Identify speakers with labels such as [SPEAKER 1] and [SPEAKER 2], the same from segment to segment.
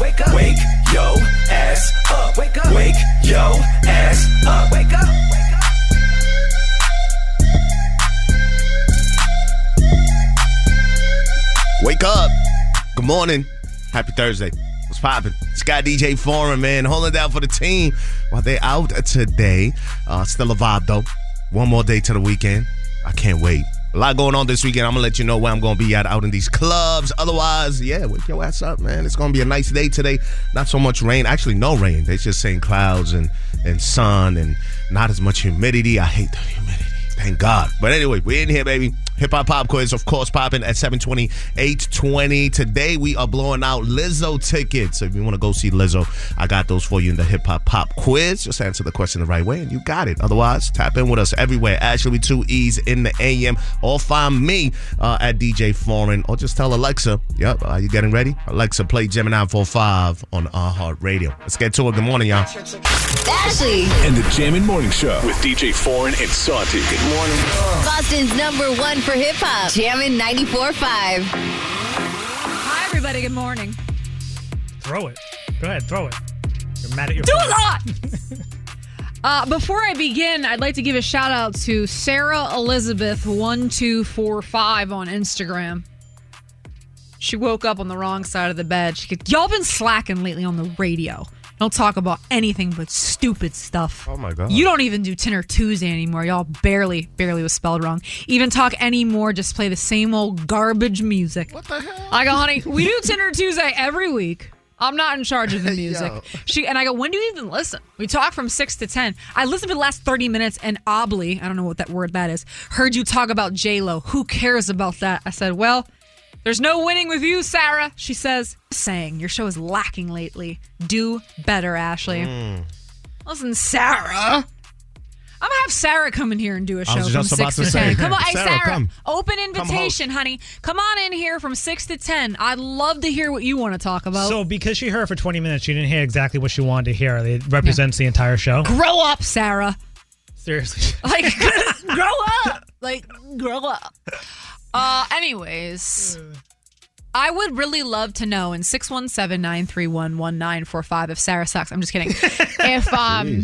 [SPEAKER 1] Wake up. Wake yo ass up. Wake up. Wake yo ass up. Wake up. Wake up.
[SPEAKER 2] Wake up. Good morning. Happy Thursday. What's poppin'? Sky DJ Foreign, man. Holding down for the team while they're out today. Uh, still a vibe, though. One more day to the weekend. I can't wait. A lot going on this weekend. I'm going to let you know where I'm going to be at out in these clubs. Otherwise, yeah, wake your ass up, man. It's going to be a nice day today. Not so much rain. Actually, no rain. They're just saying clouds and, and sun and not as much humidity. I hate the humidity. Thank God. But anyway, we're in here, baby. Hip Hop Pop Quiz, of course, popping at 720, 820. Today, we are blowing out Lizzo tickets. So if you want to go see Lizzo, I got those for you in the Hip Hop Pop Quiz. Just answer the question the right way, and you got it. Otherwise, tap in with us everywhere. Ashley 2E's in the AM, or find me uh, at DJ Foreign, or just tell Alexa, yep, are you getting ready? Alexa, play Gemini 45 on iHeartRadio. Let's get to it. Good morning, y'all.
[SPEAKER 3] Ashley,
[SPEAKER 4] And the Jammin' Morning Show with DJ Foreign and Santi. Good morning.
[SPEAKER 3] Boston's number one for hip hop. Jammin' 94.5.
[SPEAKER 5] Hi, everybody. Good morning.
[SPEAKER 6] Throw it. Go ahead, throw it. You're mad at your
[SPEAKER 5] Do
[SPEAKER 6] phone.
[SPEAKER 5] not. Uh, before I begin, I'd like to give a shout out to Sarah Elizabeth one two four five on Instagram. She woke up on the wrong side of the bed. She could, y'all been slacking lately on the radio. Don't talk about anything but stupid stuff.
[SPEAKER 2] Oh, my God.
[SPEAKER 5] You don't even do Tinder Tuesday anymore. Y'all barely, barely was spelled wrong. Even talk anymore. Just play the same old garbage music. What the hell? I go, honey, we do Tinder Tuesday every week. I'm not in charge of the music. she and I go, when do you even listen? We talk from six to ten. I listened for the last thirty minutes, and oddly, I don't know what that word that is. Heard you talk about J Lo. Who cares about that? I said, well, there's no winning with you, Sarah. She says, saying your show is lacking lately. Do better, Ashley. Listen, Sarah. I'm gonna have Sarah come in here and do a show
[SPEAKER 2] was
[SPEAKER 5] from
[SPEAKER 2] just
[SPEAKER 5] six
[SPEAKER 2] about
[SPEAKER 5] to,
[SPEAKER 2] to say,
[SPEAKER 5] ten. Come on, hey
[SPEAKER 2] Sarah,
[SPEAKER 5] Sarah,
[SPEAKER 2] come.
[SPEAKER 5] open invitation, honey. Come on in here from six to ten. I'd love to hear what you want to talk about.
[SPEAKER 6] So, because she heard for 20 minutes, she didn't hear exactly what she wanted to hear. It represents the entire show.
[SPEAKER 5] grow up, Sarah.
[SPEAKER 6] Seriously.
[SPEAKER 5] Like, grow up. Like, grow up. Uh, anyways, I would really love to know in 617 931 1945 if Sarah sucks. I'm just kidding. if, um,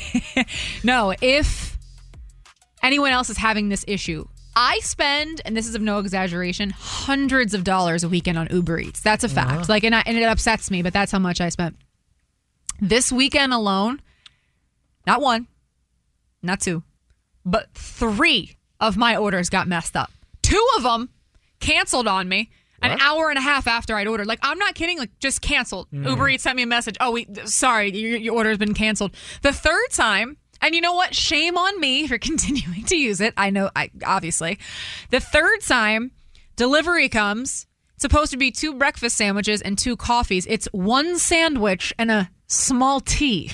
[SPEAKER 5] no, if anyone else is having this issue, I spend, and this is of no exaggeration, hundreds of dollars a weekend on Uber Eats. That's a fact. Like, and, I, and it upsets me, but that's how much I spent. This weekend alone, not one, not two, but three of my orders got messed up. Two of them canceled on me an hour and a half after I'd ordered. Like, I'm not kidding. Like, just canceled. Uber Eats sent me a message. Oh, we sorry, your, your order's been canceled. The third time, and you know what? Shame on me for continuing to use it. I know, I obviously. The third time, delivery comes. It's supposed to be two breakfast sandwiches and two coffees. It's one sandwich and a small tea.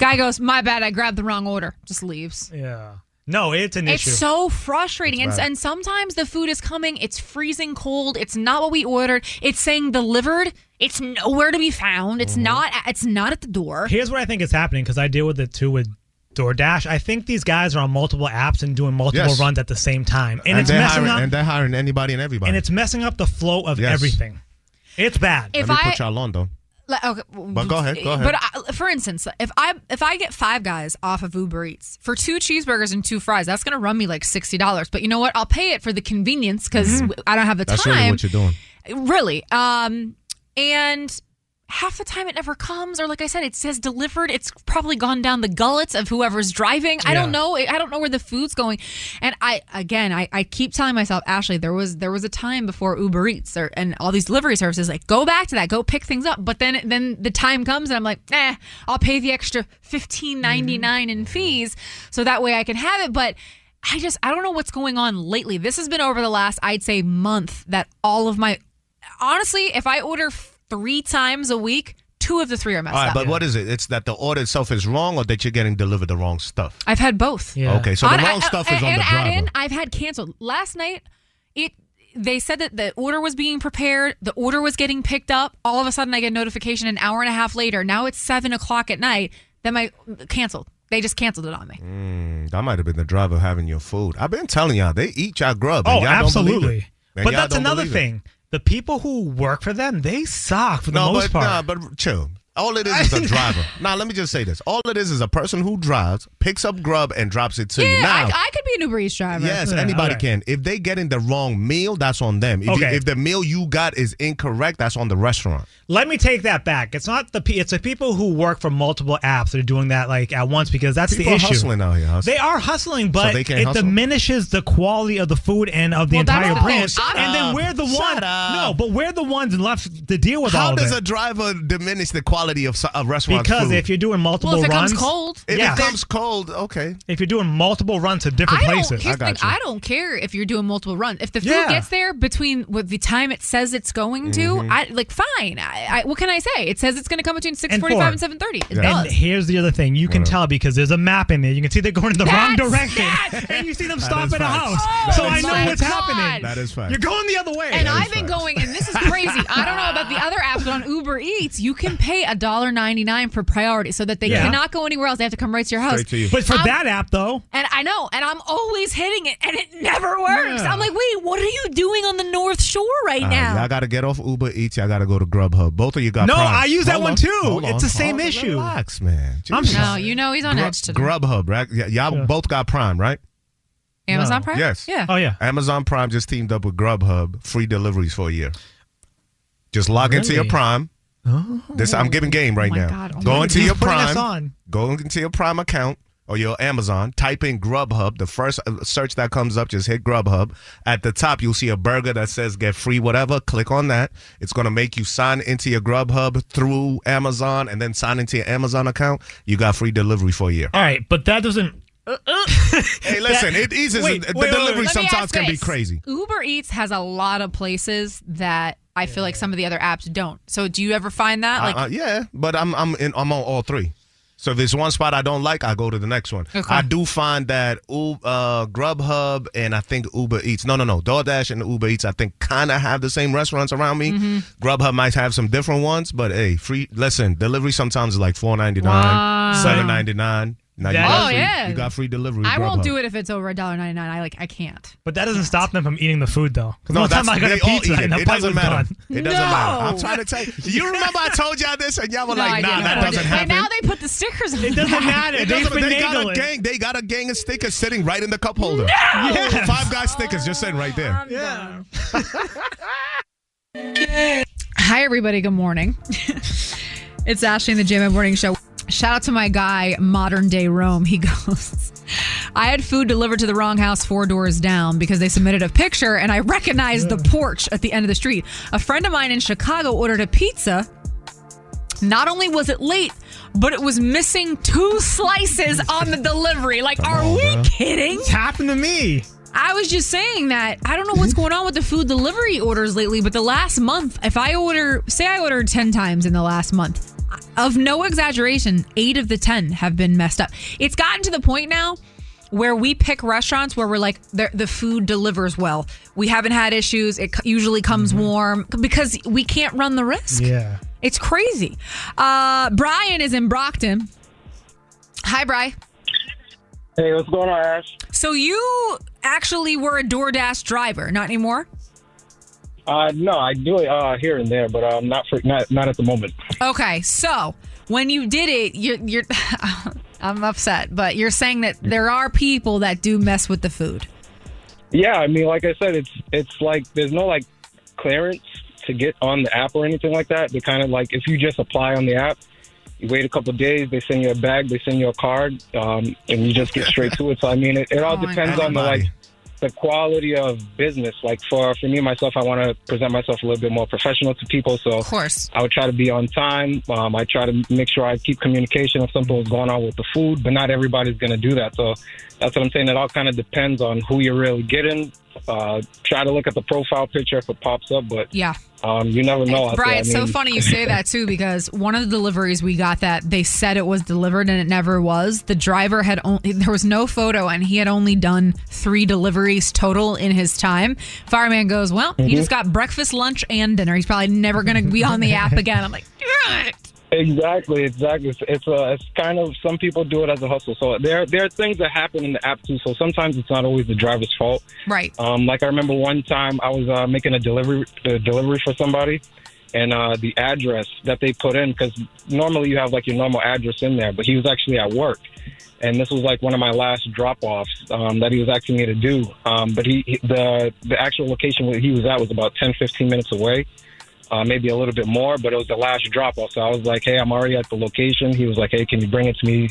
[SPEAKER 5] Guy goes, my bad, I grabbed the wrong order. Just leaves.
[SPEAKER 6] yeah. No, it's an
[SPEAKER 5] It's
[SPEAKER 6] issue.
[SPEAKER 5] so frustrating. And,
[SPEAKER 2] bad.
[SPEAKER 5] and sometimes the food is coming, it's freezing cold, it's not what we ordered, it's saying delivered, it's nowhere to be found,
[SPEAKER 2] Mm-hmm.
[SPEAKER 5] it's not it's not at the door.
[SPEAKER 6] Here's what I think is happening because I deal with it too with DoorDash. I think these guys are on multiple apps and doing multiple
[SPEAKER 2] Yes.
[SPEAKER 6] runs at the same time, and,
[SPEAKER 2] And,
[SPEAKER 6] it's
[SPEAKER 2] they're
[SPEAKER 6] messing
[SPEAKER 2] hiring,
[SPEAKER 6] up.
[SPEAKER 2] and
[SPEAKER 6] And,
[SPEAKER 2] they're hiring anybody and everybody.
[SPEAKER 6] it's messing up the flow of
[SPEAKER 2] Yes.
[SPEAKER 6] everything. It's bad.
[SPEAKER 5] If
[SPEAKER 2] Let me
[SPEAKER 5] I-
[SPEAKER 2] put y'all on, though.
[SPEAKER 5] Like, okay,
[SPEAKER 2] But go ahead, go ahead.
[SPEAKER 5] But I, for instance, if I if I get five guys off of Uber Eats for two cheeseburgers and two fries, that's gonna run me like sixty dollars. But you know what? I'll pay it for the convenience because I don't have the
[SPEAKER 2] Mm-hmm. That's
[SPEAKER 5] time.
[SPEAKER 2] really what you're doing.
[SPEAKER 5] really um and half the time it never comes or like i said it says delivered it's probably gone down the gullets of whoever's driving i don't
[SPEAKER 6] Yeah.
[SPEAKER 5] know i don't know where the food's going and i again I, I keep telling myself ashley there was there was a time before uber eats or, and all these delivery services like go back to that go pick things up but then then the time comes and i'm like eh i'll pay the extra 15.99 in fees so that way i can have it but I just I don't know what's going on lately. This has been over the last I'd say month that all of my honestly, if I order f- three times a week, two of the three are messed
[SPEAKER 2] All right,
[SPEAKER 5] up.
[SPEAKER 2] but what is it? It's that the order itself is wrong, or that you're getting delivered the wrong stuff.
[SPEAKER 5] I've had both.
[SPEAKER 2] Yeah. Okay, so the
[SPEAKER 5] On-
[SPEAKER 2] wrong
[SPEAKER 5] I-
[SPEAKER 2] stuff is
[SPEAKER 5] and,
[SPEAKER 2] on the
[SPEAKER 5] and add
[SPEAKER 2] driver.
[SPEAKER 5] in, I've had canceled last night. It they said that the order was being prepared, the order was getting picked up. All of a sudden, I get a notification an hour and a half later. Now it's seven o'clock at night. Then my canceled. They just canceled it on me.
[SPEAKER 2] Mm, that might have been the driver having your food. I've been telling y'all, they eat y'all grub. and
[SPEAKER 6] Oh,
[SPEAKER 2] y'all don't believe it.
[SPEAKER 6] absolutely. But
[SPEAKER 2] And y'all
[SPEAKER 6] that's
[SPEAKER 2] don't
[SPEAKER 6] another
[SPEAKER 2] believe it.
[SPEAKER 6] thing. The people who work for them, they suck for the
[SPEAKER 2] no,
[SPEAKER 6] most
[SPEAKER 2] but,
[SPEAKER 6] part.
[SPEAKER 2] Nah, but chill. All it is is a driver. Now, let me just say this. All it is is a person who drives, picks up grub, and drops it to
[SPEAKER 5] yeah,
[SPEAKER 2] you. Now,
[SPEAKER 5] I, I could be an Uber Eats driver.
[SPEAKER 2] yes, anybody can. If they get in the wrong meal, that's on them. If, you-
[SPEAKER 6] Okay.
[SPEAKER 2] if the meal you got is incorrect, that's on the restaurant.
[SPEAKER 6] Let me take that back. It's not the pe- it's the people who work for multiple apps that are doing that like at once because that's
[SPEAKER 2] People
[SPEAKER 6] the
[SPEAKER 2] are
[SPEAKER 6] issue.
[SPEAKER 2] hustling out here, hustling.
[SPEAKER 6] They are hustling, but
[SPEAKER 2] they
[SPEAKER 6] it
[SPEAKER 2] can't hustle?
[SPEAKER 6] diminishes the quality of the food and of the
[SPEAKER 2] Well, that's
[SPEAKER 6] entire
[SPEAKER 2] the thing.
[SPEAKER 6] brand.
[SPEAKER 2] Shut
[SPEAKER 6] and
[SPEAKER 2] up.
[SPEAKER 6] then we're the
[SPEAKER 2] Shut
[SPEAKER 6] one.
[SPEAKER 2] up.
[SPEAKER 6] No, but we're the ones left to deal with all
[SPEAKER 2] How
[SPEAKER 6] of
[SPEAKER 2] does
[SPEAKER 6] it.
[SPEAKER 2] a driver diminish the quality of s- a restaurant
[SPEAKER 6] because
[SPEAKER 2] food?
[SPEAKER 6] if you're doing multiple
[SPEAKER 5] Well, if it
[SPEAKER 6] runs,
[SPEAKER 5] comes cold.
[SPEAKER 2] If it
[SPEAKER 6] yeah.
[SPEAKER 2] comes cold, okay.
[SPEAKER 6] If you're doing multiple runs to different
[SPEAKER 5] I don't,
[SPEAKER 6] places,
[SPEAKER 5] here's the thing, I don't care if you're doing multiple runs. If the food
[SPEAKER 6] Yeah.
[SPEAKER 5] gets there between with the time it says it's going to,
[SPEAKER 6] Mhm.
[SPEAKER 5] I like fine. I, I, what can I say? It says it's going to come between six forty-five and seven thirty. It
[SPEAKER 6] And
[SPEAKER 5] does.
[SPEAKER 6] here's the other thing. You can
[SPEAKER 2] Uh.
[SPEAKER 6] tell because there's a map in there. You can see they're going in the wrong
[SPEAKER 5] That's-
[SPEAKER 6] direction.
[SPEAKER 5] that's-
[SPEAKER 6] And you see them
[SPEAKER 5] That
[SPEAKER 6] stop
[SPEAKER 5] is
[SPEAKER 6] at a
[SPEAKER 5] facts.
[SPEAKER 6] house.
[SPEAKER 5] Oh
[SPEAKER 6] so I
[SPEAKER 5] my
[SPEAKER 6] know what's
[SPEAKER 5] God.
[SPEAKER 6] happening.
[SPEAKER 5] That is
[SPEAKER 2] facts.
[SPEAKER 6] You're going the other way.
[SPEAKER 5] And I've been going, and this is crazy. I don't know about the other apps, but on Uber Eats, you can pay $1.99 for priority so that they
[SPEAKER 6] Yeah.
[SPEAKER 5] cannot go anywhere else. They have to come right to your house.
[SPEAKER 6] But for
[SPEAKER 5] I'm-
[SPEAKER 6] that app though,
[SPEAKER 5] And I know, and I'm always hitting it, and it never works.
[SPEAKER 6] Yeah.
[SPEAKER 5] I'm like, wait, what are you doing on the North Shore right
[SPEAKER 2] All right,
[SPEAKER 5] now?
[SPEAKER 2] y'all got to get off Uber Eats. Y'all got to go to Grubhub. Both of you got
[SPEAKER 6] No,
[SPEAKER 2] Prime.
[SPEAKER 6] I use that
[SPEAKER 2] Hold
[SPEAKER 6] one
[SPEAKER 2] on,
[SPEAKER 6] too.
[SPEAKER 2] hold
[SPEAKER 6] It's
[SPEAKER 2] on,
[SPEAKER 6] the same
[SPEAKER 2] hold on,
[SPEAKER 6] issue.
[SPEAKER 2] Relax, man.
[SPEAKER 6] I'm
[SPEAKER 2] Jesus.
[SPEAKER 5] no, you know he's on
[SPEAKER 2] Grub-
[SPEAKER 5] edge today.
[SPEAKER 2] Grubhub, right? Y- y'all both got Prime, right?
[SPEAKER 5] Amazon Prime?
[SPEAKER 2] Yes.
[SPEAKER 5] Yeah.
[SPEAKER 6] Oh, yeah.
[SPEAKER 2] Amazon Prime just teamed up with Grubhub, free deliveries for a year. Just log into your
[SPEAKER 6] Really?
[SPEAKER 2] Prime. Oh. This I'm giving game
[SPEAKER 5] Oh
[SPEAKER 6] Oh
[SPEAKER 2] right now. go into
[SPEAKER 6] He's
[SPEAKER 2] your
[SPEAKER 6] putting us
[SPEAKER 2] Prime.
[SPEAKER 6] on.
[SPEAKER 2] Go into your Prime account or your Amazon. Type in Grubhub. The first uh, search that comes up, just hit Grubhub. At the top, you'll see a burger that says "Get free whatever." Click on that. It's going to make you sign into your Grubhub through Amazon, and then sign into your Amazon account. You got free delivery for a year.
[SPEAKER 6] All right, but that doesn't
[SPEAKER 2] Hey, listen, it eases
[SPEAKER 6] Wait,
[SPEAKER 2] the
[SPEAKER 6] wait, wait,
[SPEAKER 2] delivery
[SPEAKER 6] wait.
[SPEAKER 5] Let me
[SPEAKER 2] sometimes
[SPEAKER 5] ask
[SPEAKER 2] can be
[SPEAKER 5] this.
[SPEAKER 2] crazy.
[SPEAKER 5] Uber Eats has a lot of places that I feel like some of the other apps don't. So do you ever find that? Like,
[SPEAKER 2] Uh, uh, yeah, but I'm I'm in, I'm on all three. So if there's one spot I don't like, I go to the next one.
[SPEAKER 5] Okay.
[SPEAKER 2] I do find that U- uh, Grubhub and I think Uber Eats. No, no, no. DoorDash and Uber Eats I think kind of have the same restaurants around me.
[SPEAKER 5] Mm-hmm.
[SPEAKER 2] Grubhub might have some different ones, but hey, free. Listen, delivery sometimes is like four ninety nine,
[SPEAKER 5] Wow.
[SPEAKER 2] seven ninety nine. Now you
[SPEAKER 6] That-
[SPEAKER 2] got
[SPEAKER 5] Oh,
[SPEAKER 2] free,
[SPEAKER 5] yeah.
[SPEAKER 2] you got free delivery.
[SPEAKER 5] I won't
[SPEAKER 2] Grubhub.
[SPEAKER 5] do it if it's over $1.99. I like, I can't.
[SPEAKER 6] but that doesn't stop them from eating the food though. 'Cause
[SPEAKER 2] No,
[SPEAKER 6] one time
[SPEAKER 2] that's-
[SPEAKER 6] I got
[SPEAKER 2] they
[SPEAKER 6] a
[SPEAKER 2] all
[SPEAKER 6] pizza
[SPEAKER 2] eat it.
[SPEAKER 6] and the
[SPEAKER 2] It
[SPEAKER 6] bite
[SPEAKER 2] doesn't
[SPEAKER 6] was
[SPEAKER 2] matter.
[SPEAKER 6] gone.
[SPEAKER 2] It doesn't matter. I'm
[SPEAKER 5] No.
[SPEAKER 2] trying to tell you. You remember I told y'all this, and y'all were
[SPEAKER 5] No, I
[SPEAKER 2] like, "Nah,
[SPEAKER 5] didn't.
[SPEAKER 2] that
[SPEAKER 5] No, I
[SPEAKER 2] doesn't
[SPEAKER 5] didn't.
[SPEAKER 2] happen."
[SPEAKER 5] But now they put the stickers on
[SPEAKER 6] It doesn't
[SPEAKER 5] the back.
[SPEAKER 6] matter.
[SPEAKER 2] It
[SPEAKER 6] They
[SPEAKER 2] doesn't- they
[SPEAKER 6] finagle
[SPEAKER 2] got a
[SPEAKER 6] it.
[SPEAKER 2] gang. They got a gang of stickers sitting right in the cup holder.
[SPEAKER 6] Yes.
[SPEAKER 2] Five guys stickers just sitting right there.
[SPEAKER 6] Yeah.
[SPEAKER 5] Hi, everybody. Good morning. it's Ashley in the JMO Morning Show. Shout out to my guy, Modern Day Rome. He goes, I had food delivered to the wrong house four doors down because they submitted a picture and I recognized the porch at the end of the street. A friend of mine in Chicago ordered a pizza. Not only was it late, but it was missing two slices on the delivery. Like, are we kidding?
[SPEAKER 6] It's happened to me. Hmm?
[SPEAKER 5] I was just saying that I don't know what's going on with the food delivery orders lately, but the last month, if I order, say I ordered 10 times in the last month, of no exaggeration, eight of the 10 have been messed up. It's gotten to the point now where we pick restaurants where we're like, the the food delivers well. We haven't had issues. It c- usually comes warm because we can't run the risk.
[SPEAKER 6] Mm-hmm. Yeah.
[SPEAKER 5] It's crazy. Uh, Brian is in Brockton. Hi, Bry.
[SPEAKER 7] Hey, what's going on, Ash?
[SPEAKER 5] So you actually were a DoorDash driver, not anymore?
[SPEAKER 7] Uh, no, I do it uh, here and there, but um, not for not not at the moment.
[SPEAKER 5] Okay, so when you did it, you're, you're I'm upset, but you're saying that there are people that do mess with the food.
[SPEAKER 7] Yeah, I mean, like I said, it's it's like there's no like clearance to get on the app or anything like that. They kind of like if you just apply on the app, you wait a couple of days, they send you a bag, they send you a card, um, and you just get straight to it. So I mean, it, it all
[SPEAKER 5] Oh, I
[SPEAKER 7] depends
[SPEAKER 5] know.
[SPEAKER 7] on the like
[SPEAKER 2] Everybody.
[SPEAKER 7] the quality of business. Like for for me myself, I want to present myself a little bit more professional to people. So
[SPEAKER 5] Of course.
[SPEAKER 7] I would try to be on time. Um, I try to make sure I keep communication if something was going on with the food, but not everybody's going to do that. So that's what I'm saying. It all kind of depends on who you're really getting, Uh, try to look at the profile picture if it pops up, but
[SPEAKER 5] Yeah.
[SPEAKER 7] um, you never know. out there.
[SPEAKER 5] Brian,
[SPEAKER 7] I
[SPEAKER 5] it's so
[SPEAKER 7] mean-
[SPEAKER 5] funny you say that too because one of the deliveries we got that they said it was delivered and it never was. The driver had only there was no photo and he had only done three deliveries total in his time. Fireman goes, "Well, he
[SPEAKER 7] Mhm.
[SPEAKER 5] just got breakfast, lunch, and dinner. He's probably never going to be on the app again." I'm like, "Damn it."
[SPEAKER 7] Exactly, exactly. It's it's, uh, it's kind of some people do it as a hustle. So there there are things that happen in the app too. So sometimes it's not always the driver's fault.
[SPEAKER 5] Right.
[SPEAKER 7] Um, like I remember one time I was uh, making a delivery a delivery for somebody, and uh, the address that they put in because normally you have like your normal address in there, but he was actually at work, and this was like one of my last drop offs um, that he was asking me to do. Um, but he he- the the actual location where he was at was about 10, 15 minutes away. Uh, maybe a little bit more, but it was the last drop off. So I was like, "Hey, I'm already at the location." He was like, "Hey, can you bring it to me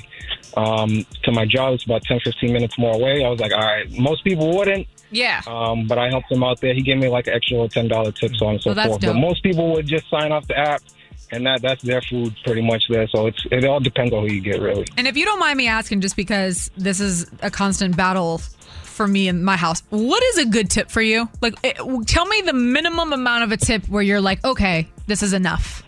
[SPEAKER 7] um, to my job? It's about 10, 15 minutes more away." I was like, "All right." Most people wouldn't,
[SPEAKER 5] Yeah.
[SPEAKER 7] um, but I helped him out there. He gave me like an extra ten dollar tip, so on and so
[SPEAKER 5] Well, that's
[SPEAKER 7] forth.
[SPEAKER 5] dope.
[SPEAKER 7] But most people would just sign off the app, and that that's their food pretty much there. So it's it all depends on who you get really.
[SPEAKER 5] And if you don't mind me asking, just because this is a constant battle for me in my house, what is a good tip for you? Like, it, tell me the minimum amount of a tip where you're like, okay, this is enough.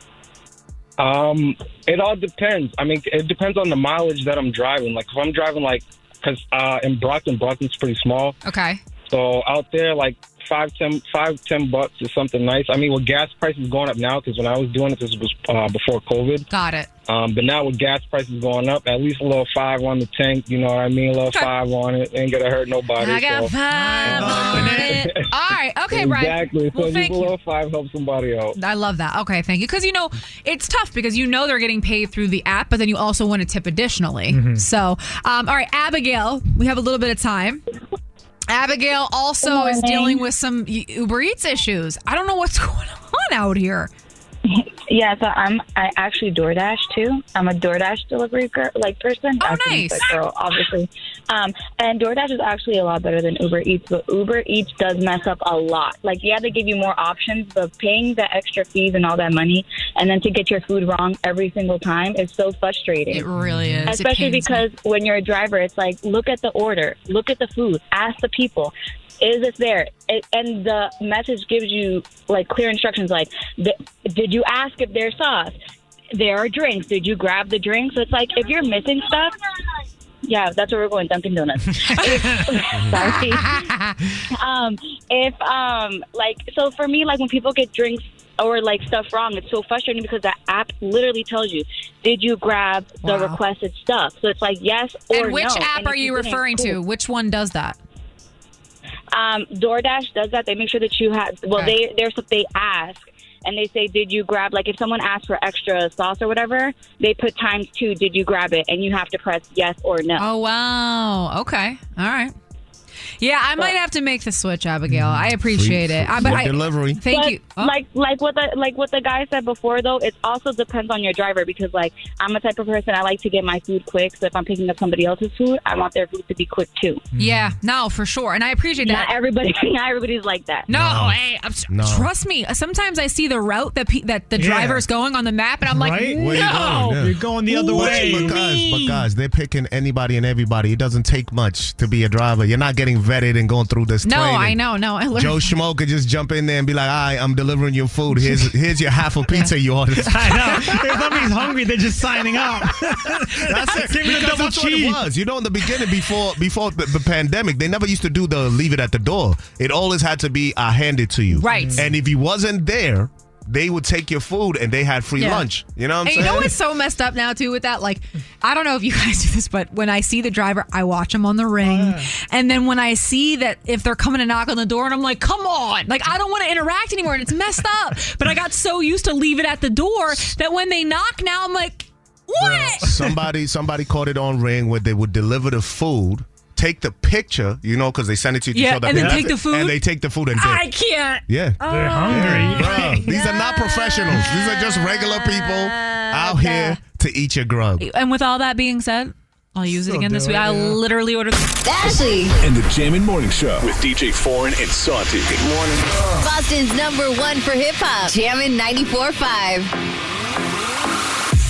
[SPEAKER 7] Um, it all depends. I mean, it depends on the mileage that I'm driving. Like if I'm driving like because uh, in Brockton, Brockton's pretty small.
[SPEAKER 5] Okay.
[SPEAKER 7] So out there, like five, ten, five, ten bucks is something nice. I mean, with gas prices going up now, because when I was doing it, this was uh, before COVID.
[SPEAKER 5] Got it.
[SPEAKER 7] Um, but now with gas prices going up, at least a little five on the tank. You know what I mean? A little five on it ain't gonna hurt nobody.
[SPEAKER 5] I got
[SPEAKER 7] so.
[SPEAKER 5] five on it. All right. Okay, Brian.
[SPEAKER 7] Exactly. So
[SPEAKER 5] Well,
[SPEAKER 7] just
[SPEAKER 5] thank
[SPEAKER 7] a
[SPEAKER 5] you.
[SPEAKER 7] little five helps somebody out.
[SPEAKER 5] I love that. Okay, thank you. Because you know it's tough because you know they're getting paid through the app, but then you also want to tip additionally.
[SPEAKER 8] Mhm.
[SPEAKER 5] So, um, all right, Abigail, we have a little bit of time. Abigail also is
[SPEAKER 8] morning.
[SPEAKER 5] dealing with some U- Uber Eats issues. I don't know what's going on out here.
[SPEAKER 8] Yeah, so I'm I actually DoorDash too. I'm a DoorDash delivery girl, like person. Oh,
[SPEAKER 5] nice.
[SPEAKER 8] girl, obviously. Um, and DoorDash is actually a lot better than Uber Eats, but Uber Eats does mess up a lot. Like, yeah, they give you more options, but paying the extra fees and all that money, and then to get your food wrong every single time is so frustrating.
[SPEAKER 5] It really is. It
[SPEAKER 8] especially
[SPEAKER 5] pains
[SPEAKER 8] because when you're a driver, it's like look at the order, look at the food, ask the people. Is this there? It, and the message gives you like clear instructions, like, th- did you ask if there's sauce? There are drinks. Did you grab the drinks? So it's like if you're missing stuff, yeah, that's where we're going. Dunkin' Donuts. Sorry. um, if um, like so for me, like when people get drinks or like stuff wrong, it's so frustrating because the app literally tells you, "Did you grab the
[SPEAKER 5] Wow.
[SPEAKER 8] requested stuff?" So it's like yes or
[SPEAKER 5] And which
[SPEAKER 8] no.
[SPEAKER 5] app
[SPEAKER 8] And
[SPEAKER 5] are
[SPEAKER 8] if
[SPEAKER 5] you
[SPEAKER 8] didn't,
[SPEAKER 5] referring to?
[SPEAKER 8] cool.
[SPEAKER 5] Which one does that?
[SPEAKER 8] Um, DoorDash does that. They make sure that you have. Well,
[SPEAKER 5] Okay.
[SPEAKER 8] they they're so they ask and they say, "Did you grab?" Like if someone asks for extra sauce or whatever, they put times two. Did you grab it? And you have to press yes or no.
[SPEAKER 5] Oh wow. Okay. All right. Yeah, I might have to make the switch, Abigail. I appreciate it. I, but
[SPEAKER 2] free
[SPEAKER 5] I-
[SPEAKER 2] delivery.
[SPEAKER 5] Thank
[SPEAKER 8] But,
[SPEAKER 5] you. Oh.
[SPEAKER 8] Like like what the like what the guy said before though, it also depends on your driver because like I'm a type of person I like to get my food quick. So if I'm picking up somebody else's food, I want their food to be quick too.
[SPEAKER 5] Yeah, no, for sure. And I appreciate that.
[SPEAKER 8] Not everybody, not everybody's like that.
[SPEAKER 5] No,
[SPEAKER 8] No.
[SPEAKER 5] hey, I'm, s-
[SPEAKER 8] No.
[SPEAKER 5] trust me. Sometimes I see the route that pe- that the
[SPEAKER 2] Yeah.
[SPEAKER 5] driver's going on the map, and I'm
[SPEAKER 2] Right?
[SPEAKER 5] like,
[SPEAKER 2] Where you
[SPEAKER 5] no,
[SPEAKER 2] going? Yeah. You're
[SPEAKER 6] going the other
[SPEAKER 2] But-
[SPEAKER 6] way.
[SPEAKER 2] But guys, but guys, they're picking anybody and everybody. It doesn't take much to be a driver. You're not getting vetted and going through this.
[SPEAKER 5] No,
[SPEAKER 2] training.
[SPEAKER 5] I know, no, I learned.
[SPEAKER 2] Joe Schmo could just jump in there and be like, "All right, I'm delivering your food. Here's here's your half a pizza you ordered."
[SPEAKER 6] I know. If somebody's hungry, they're just signing up.
[SPEAKER 2] That's it.
[SPEAKER 6] Give me the
[SPEAKER 2] Because
[SPEAKER 6] double
[SPEAKER 2] that's what it
[SPEAKER 6] cheese.
[SPEAKER 2] was. You know, in the beginning, before before the, the pandemic, they never used to do the leave it at the door. It always had to be I hand it to you.
[SPEAKER 5] Right.
[SPEAKER 2] And if you wasn't there, they would take your food and they had free
[SPEAKER 5] Yeah.
[SPEAKER 2] lunch. You know what I'm
[SPEAKER 5] and
[SPEAKER 2] saying?
[SPEAKER 5] you know what's so messed up now too with that? Like, I don't know if you guys do this, but when I see the driver, I watch them on the ring,
[SPEAKER 2] Oh,
[SPEAKER 5] and then when I see that if they're coming to knock on the door, and I'm like, come on, like I don't want to interact anymore, and it's messed up. but I got so used to leave it at the door that when they knock now, I'm like, what?
[SPEAKER 2] somebody somebody caught it on ring where they would deliver the food, take the picture, you know, because they send it to you.
[SPEAKER 5] Yeah,
[SPEAKER 2] so that
[SPEAKER 5] and
[SPEAKER 2] they
[SPEAKER 5] then
[SPEAKER 2] have
[SPEAKER 5] take
[SPEAKER 2] it,
[SPEAKER 5] the food?
[SPEAKER 2] And they take the food and dip.
[SPEAKER 5] I can't.
[SPEAKER 2] yeah,
[SPEAKER 5] Oh. They're hungry.
[SPEAKER 2] Yeah, bruh. These are not professionals. These are just regular people out here to eat your grub.
[SPEAKER 5] And with all that being said, I'll use it again this week. I literally ordered. Ashley.
[SPEAKER 4] And the Jammin' Morning Show with DJ Foreign and Santi. Good morning.
[SPEAKER 3] Boston's number one for hip hop. Jammin' 94.5.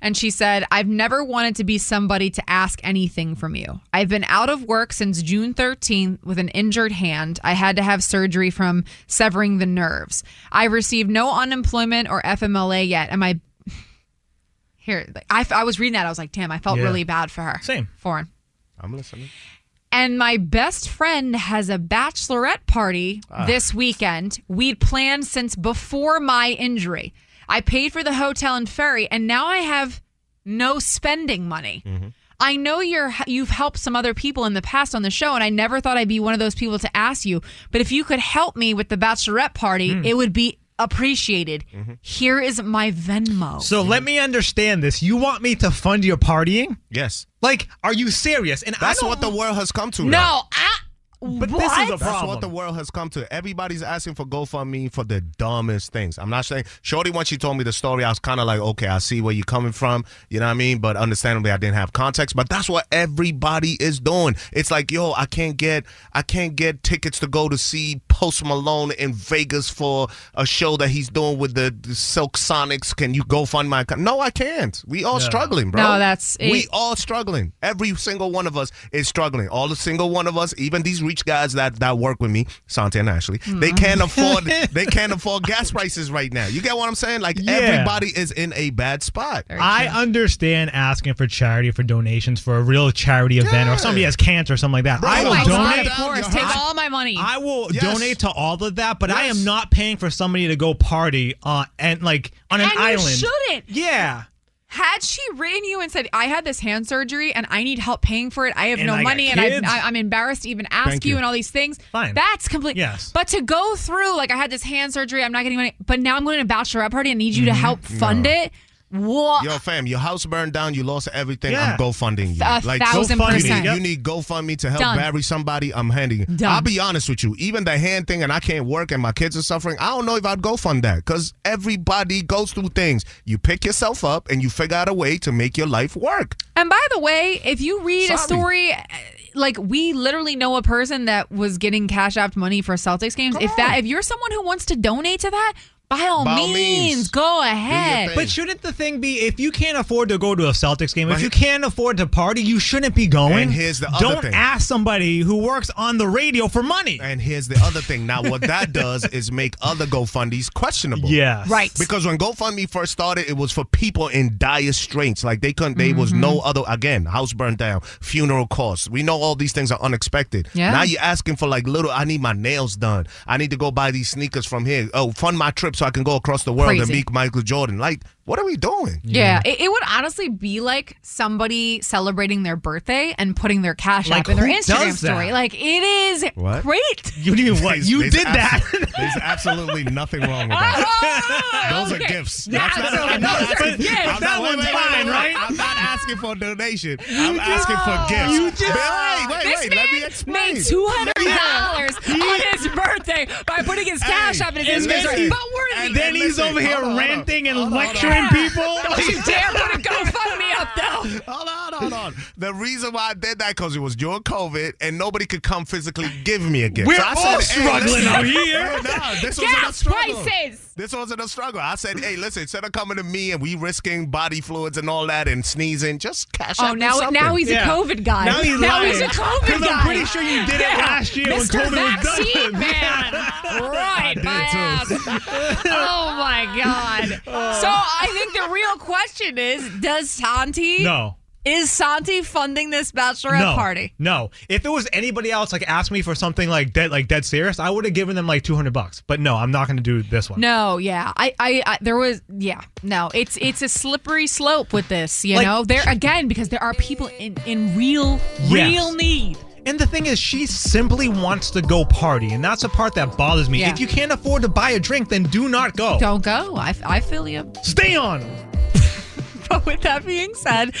[SPEAKER 5] And she said, I've never wanted to be somebody to ask anything from you. I've been out of work since June 13th with an injured hand. I had to have surgery from severing the nerves. I received no unemployment or FMLA yet. Am I here? like, I, I was reading that. I was like, damn, I felt
[SPEAKER 6] Yeah.
[SPEAKER 5] really bad for her. Same. Foreign.
[SPEAKER 2] I'm listening.
[SPEAKER 5] And my best friend has a bachelorette party
[SPEAKER 9] Ah.
[SPEAKER 5] this weekend. We'd planned since before my injury. I paid for the hotel and ferry, and now I have no spending money.
[SPEAKER 10] Mm-hmm.
[SPEAKER 5] I know you're you've helped some other people in the past on the show, and I never thought I'd be one of those people to ask you. But if you could help me with the bachelorette party,
[SPEAKER 6] Mm.
[SPEAKER 5] it would be appreciated.
[SPEAKER 6] Mm-hmm.
[SPEAKER 5] Here is my Venmo.
[SPEAKER 6] So let me understand this. You want me to fund your partying?
[SPEAKER 2] Yes.
[SPEAKER 6] Like, are you serious? And
[SPEAKER 2] That's
[SPEAKER 6] I don't,
[SPEAKER 2] what the world has come to.
[SPEAKER 6] No,
[SPEAKER 2] now.
[SPEAKER 5] I.
[SPEAKER 6] But this is a
[SPEAKER 2] That's
[SPEAKER 6] problem.
[SPEAKER 2] what the world has come to. Everybody's asking for GoFundMe for the dumbest things. I'm not saying Shorty when she told me the story, I was kind of like, okay, I see where you're coming from. You know what I mean? But understandably, I didn't have context. But that's what everybody is doing. It's like, yo, I can't get, I can't get tickets to go to see Post Malone in Vegas for a show that he's doing with the, the Silk Sonics. Can you go fund my? account? No, I can't. We all struggling, bro.
[SPEAKER 5] No, that's-
[SPEAKER 2] we all struggling. Every single one of us is struggling. All the single one of us, even these rich guys that that work with me, Santa and Ashley,
[SPEAKER 6] Mm-hmm.
[SPEAKER 2] they can't afford they can't afford gas prices right now. You get what I'm saying? Like
[SPEAKER 6] Yeah.
[SPEAKER 2] everybody is in a bad spot.
[SPEAKER 6] I understand asking for charity for donations for a real charity event or if somebody has cancer or something like that. I
[SPEAKER 5] oh
[SPEAKER 6] will
[SPEAKER 5] my God,
[SPEAKER 6] donate.
[SPEAKER 5] of course, take all my money. I
[SPEAKER 6] will donate to all of that, but I am not paying for somebody to go party uh, and like on an
[SPEAKER 5] and
[SPEAKER 6] island.
[SPEAKER 5] You shouldn't.
[SPEAKER 6] Yeah.
[SPEAKER 5] Had she written you and said, "I had this hand surgery and I need help paying for it. I have
[SPEAKER 6] And
[SPEAKER 5] no
[SPEAKER 6] I got
[SPEAKER 5] money and I,
[SPEAKER 6] kids."
[SPEAKER 5] I, I'm embarrassed to even ask
[SPEAKER 6] Thank
[SPEAKER 5] you.
[SPEAKER 6] you.
[SPEAKER 5] and all these things,"
[SPEAKER 6] Fine.
[SPEAKER 5] that's complete.
[SPEAKER 6] Yes.
[SPEAKER 5] But to go through like I had this hand surgery, I'm not getting money, but now I'm going to a bachelorette party and need you to
[SPEAKER 6] Mm-hmm.
[SPEAKER 5] help fund
[SPEAKER 2] No.
[SPEAKER 5] it. What?
[SPEAKER 2] Yo, fam, your house burned down. You lost everything.
[SPEAKER 5] Yeah.
[SPEAKER 2] I'm GoFunding you.
[SPEAKER 5] A thousand
[SPEAKER 2] GoFundMe,
[SPEAKER 5] percent.
[SPEAKER 2] You need, you need GoFundMe to help
[SPEAKER 5] Done.
[SPEAKER 2] bury somebody. I'm handing you.
[SPEAKER 5] Done.
[SPEAKER 2] I'll be honest with you. Even the hand thing, and I can't work, and my kids are suffering. I don't know if I'd GoFund that because everybody goes through things. You pick yourself up and you figure out a way to make your life work.
[SPEAKER 5] And by the way, if you read a story,
[SPEAKER 2] Sorry.
[SPEAKER 5] eh, like we literally know a person that was getting cash app money for Celtics games. if that, if you're someone who wants to donate to that, by all,
[SPEAKER 6] By all
[SPEAKER 5] means,
[SPEAKER 6] means.
[SPEAKER 5] go ahead.
[SPEAKER 6] But shouldn't the thing be if you can't afford to go to a Celtics game, if you can't afford to party, you shouldn't be going.
[SPEAKER 2] And here's the other
[SPEAKER 6] Don't
[SPEAKER 2] thing.
[SPEAKER 6] ask somebody who works on the radio for money.
[SPEAKER 2] And here's the other thing. Now, what that does is make other GoFundMe's questionable.
[SPEAKER 6] Yes.
[SPEAKER 2] Right. Because when GoFundMe first started, it was for people in dire straits. Like they couldn't, they was no other, again, house burned down, funeral costs. We know all these things are unexpected.
[SPEAKER 10] Yeah.
[SPEAKER 2] Now you're asking for like little, I need my nails done. I need to go buy these sneakers from here. Oh, fund my trip so I can go across the world and
[SPEAKER 5] Crazy.
[SPEAKER 2] meet Michael Jordan. Like, what are we doing?
[SPEAKER 5] yeah, It, it would honestly be like somebody celebrating their birthday and putting their cash
[SPEAKER 2] Like,
[SPEAKER 5] app in their
[SPEAKER 2] who
[SPEAKER 5] Instagram
[SPEAKER 2] does that?
[SPEAKER 5] story. Like it is
[SPEAKER 2] What?
[SPEAKER 5] great.
[SPEAKER 6] You didn't even what? You did that.
[SPEAKER 2] There's absolutely nothing wrong with that.
[SPEAKER 5] Oh,
[SPEAKER 2] Those are gifts.
[SPEAKER 6] That's
[SPEAKER 2] That's
[SPEAKER 6] not-
[SPEAKER 2] not- I'm not
[SPEAKER 6] those are
[SPEAKER 2] asking-
[SPEAKER 6] gifts.
[SPEAKER 2] I'm not-
[SPEAKER 6] That
[SPEAKER 2] wait,
[SPEAKER 6] one's
[SPEAKER 2] wait, wait,
[SPEAKER 6] fine,
[SPEAKER 2] wait.
[SPEAKER 6] right?
[SPEAKER 2] I'm not asking for a donation. I'm asking for gifts.
[SPEAKER 5] You just-
[SPEAKER 2] But wait, wait,
[SPEAKER 5] This
[SPEAKER 2] wait. Let me
[SPEAKER 5] man
[SPEAKER 2] explain.
[SPEAKER 5] made two hundred dollars
[SPEAKER 2] Yeah.
[SPEAKER 5] on his birthday by putting his cash
[SPEAKER 2] Hey,
[SPEAKER 5] app in
[SPEAKER 2] and
[SPEAKER 5] his Instagram
[SPEAKER 2] then
[SPEAKER 5] story.
[SPEAKER 2] he-
[SPEAKER 5] But worthy.
[SPEAKER 2] and then he's over here Hold on, hold on. ranting and Hold on, hold on. lecturing people.
[SPEAKER 5] Don't you dare put a GoFundMe up though.
[SPEAKER 2] Hold on, hold on. The reason why I did that because it was during COVID and nobody could come physically give me a gift.
[SPEAKER 6] We're
[SPEAKER 2] So I
[SPEAKER 6] all
[SPEAKER 2] said,
[SPEAKER 6] struggling
[SPEAKER 2] listen,
[SPEAKER 6] out here.
[SPEAKER 2] Nah, this wasn't a
[SPEAKER 5] Gas
[SPEAKER 2] struggle.
[SPEAKER 5] prices.
[SPEAKER 2] This wasn't a struggle. I said, hey, listen, instead of coming to me and we risking body fluids and all that and sneezing, just cash
[SPEAKER 5] Oh,
[SPEAKER 2] out
[SPEAKER 5] now- now he's a Yeah. COVID guy.
[SPEAKER 6] Now he's Now lying. he's a COVID
[SPEAKER 2] Because
[SPEAKER 6] guy. Yeah. Mr. Vaccine
[SPEAKER 5] Man. Right, my ass. Oh my god.
[SPEAKER 6] Uh.
[SPEAKER 5] So I think the real question is: Does Santi?
[SPEAKER 6] No.
[SPEAKER 5] Is Santi funding this bachelorette
[SPEAKER 6] no,
[SPEAKER 5] party?
[SPEAKER 6] No. If it was anybody else, like asked me for something like dead, like dead serious, I would have given them like two hundred bucks. But no, I'm not going to do this one.
[SPEAKER 5] No, yeah, I, I, I, there was, yeah, no, it's, it's a slippery slope with this, you
[SPEAKER 6] Like-
[SPEAKER 5] know. There again, because there are people in, in real,
[SPEAKER 6] Yes.
[SPEAKER 5] real need.
[SPEAKER 6] And the thing is, she simply wants to go party, and that's the part that bothers me.
[SPEAKER 5] Yeah.
[SPEAKER 6] If you can't afford to buy a drink, then do not go.
[SPEAKER 5] Don't go. I, I feel you.
[SPEAKER 6] Stay on.
[SPEAKER 5] But with that being said,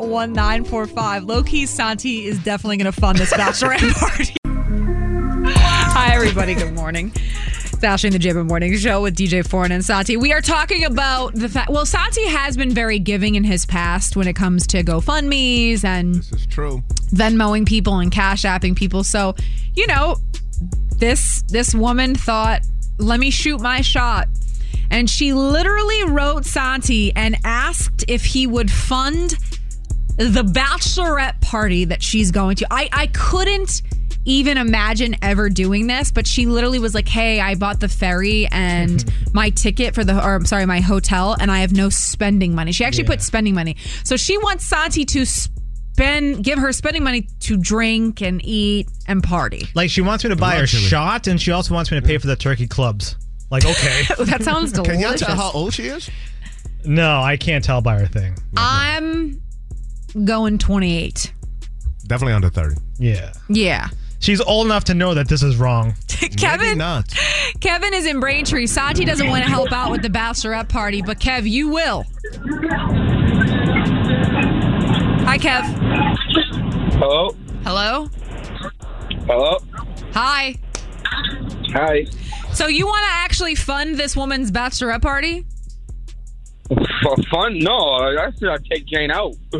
[SPEAKER 5] 617-931-1945. Low key Santi is definitely gonna fund this bachelorette party. Hi everybody, good morning. It's Ashley and the Jibba Morning Show with DJ Foreign and Santi. We are talking about the fact well, Santi has been very giving in his past when it comes to GoFundMe's and
[SPEAKER 2] It's true.
[SPEAKER 5] Venmoing people and cash apping people. So, you know, this this woman thought, "Let me shoot my shot." And she literally wrote Santi and asked if he would fund the bachelorette party that she's going to. I I couldn't even imagine ever doing this, but she literally was like, "Hey, I bought the ferry and my ticket for the or I'm sorry, my hotel and I have no spending money." She actually
[SPEAKER 9] Yeah.
[SPEAKER 5] put spending money. So she wants Santi to s- spend give her spending money to drink and eat and party.
[SPEAKER 6] Like she wants me to buy her shot, and she also wants me to pay for the turkey clubs. Like okay,
[SPEAKER 5] that sounds delicious.
[SPEAKER 2] old she is?
[SPEAKER 6] No, I can't tell by her thing.
[SPEAKER 5] I'm going 28.
[SPEAKER 2] Definitely under 30.
[SPEAKER 6] Yeah.
[SPEAKER 5] Yeah.
[SPEAKER 6] She's old enough to know that this is wrong.
[SPEAKER 5] Kevin Kevin is in Braintree. Santi doesn't want to help out with the bachelorette party, but Kev, you will. Hi, Kev.
[SPEAKER 7] Hello?
[SPEAKER 5] Hello.
[SPEAKER 7] Hello?
[SPEAKER 5] Hi.
[SPEAKER 7] Hi.
[SPEAKER 5] So you want to actually fund this woman's bachelorette party?
[SPEAKER 7] For fun? No, I said I'd take Jane out.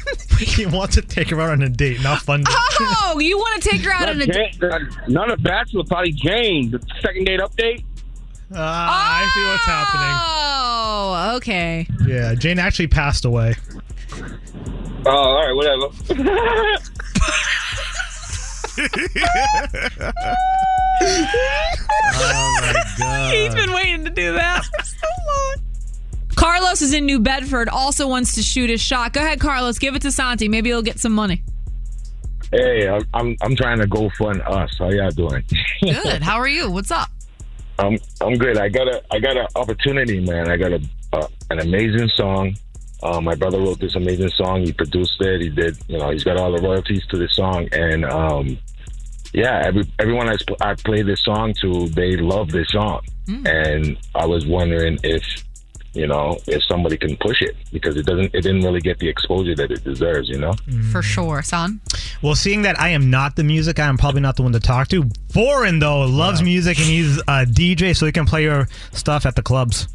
[SPEAKER 6] he wants to take her out on a date, not fun. date.
[SPEAKER 5] Oh, you want to take her out on a date?
[SPEAKER 7] Not a bachelor, probably Jane. The second date update?
[SPEAKER 6] Ah, I see what's happening.
[SPEAKER 5] Oh, okay.
[SPEAKER 6] Yeah, Jane actually passed away.
[SPEAKER 7] Oh, all right, whatever.
[SPEAKER 2] oh my god.
[SPEAKER 5] He's been waiting to do that for so long. Carlos is in New Bedford, also wants to shoot his shot. Go ahead, Carlos. Give it to Santi. Maybe he'll get some money.
[SPEAKER 9] Hey, I'm- I'm I'm trying to go fund us. How y'all doing?
[SPEAKER 5] Good. How are you? What's up?
[SPEAKER 9] I'm I'm good. I got a I got an opportunity, man. I got a uh, an amazing song. Uh, my brother wrote this amazing song. He produced it. He did. You know, he's got all the royalties to this song. And um, yeah, every, everyone I, sp- I play this song to, they love this song.
[SPEAKER 5] Hmm.
[SPEAKER 9] And I was wondering if you know if somebody can push it because it doesn't. It didn't really get the exposure that it deserves. You know.
[SPEAKER 5] For sure, son.
[SPEAKER 6] Hmm. Well, seeing that I am not the music, I am probably not the one to talk to. Foreign though loves music and he's a DJ, so he can play your stuff at the clubs.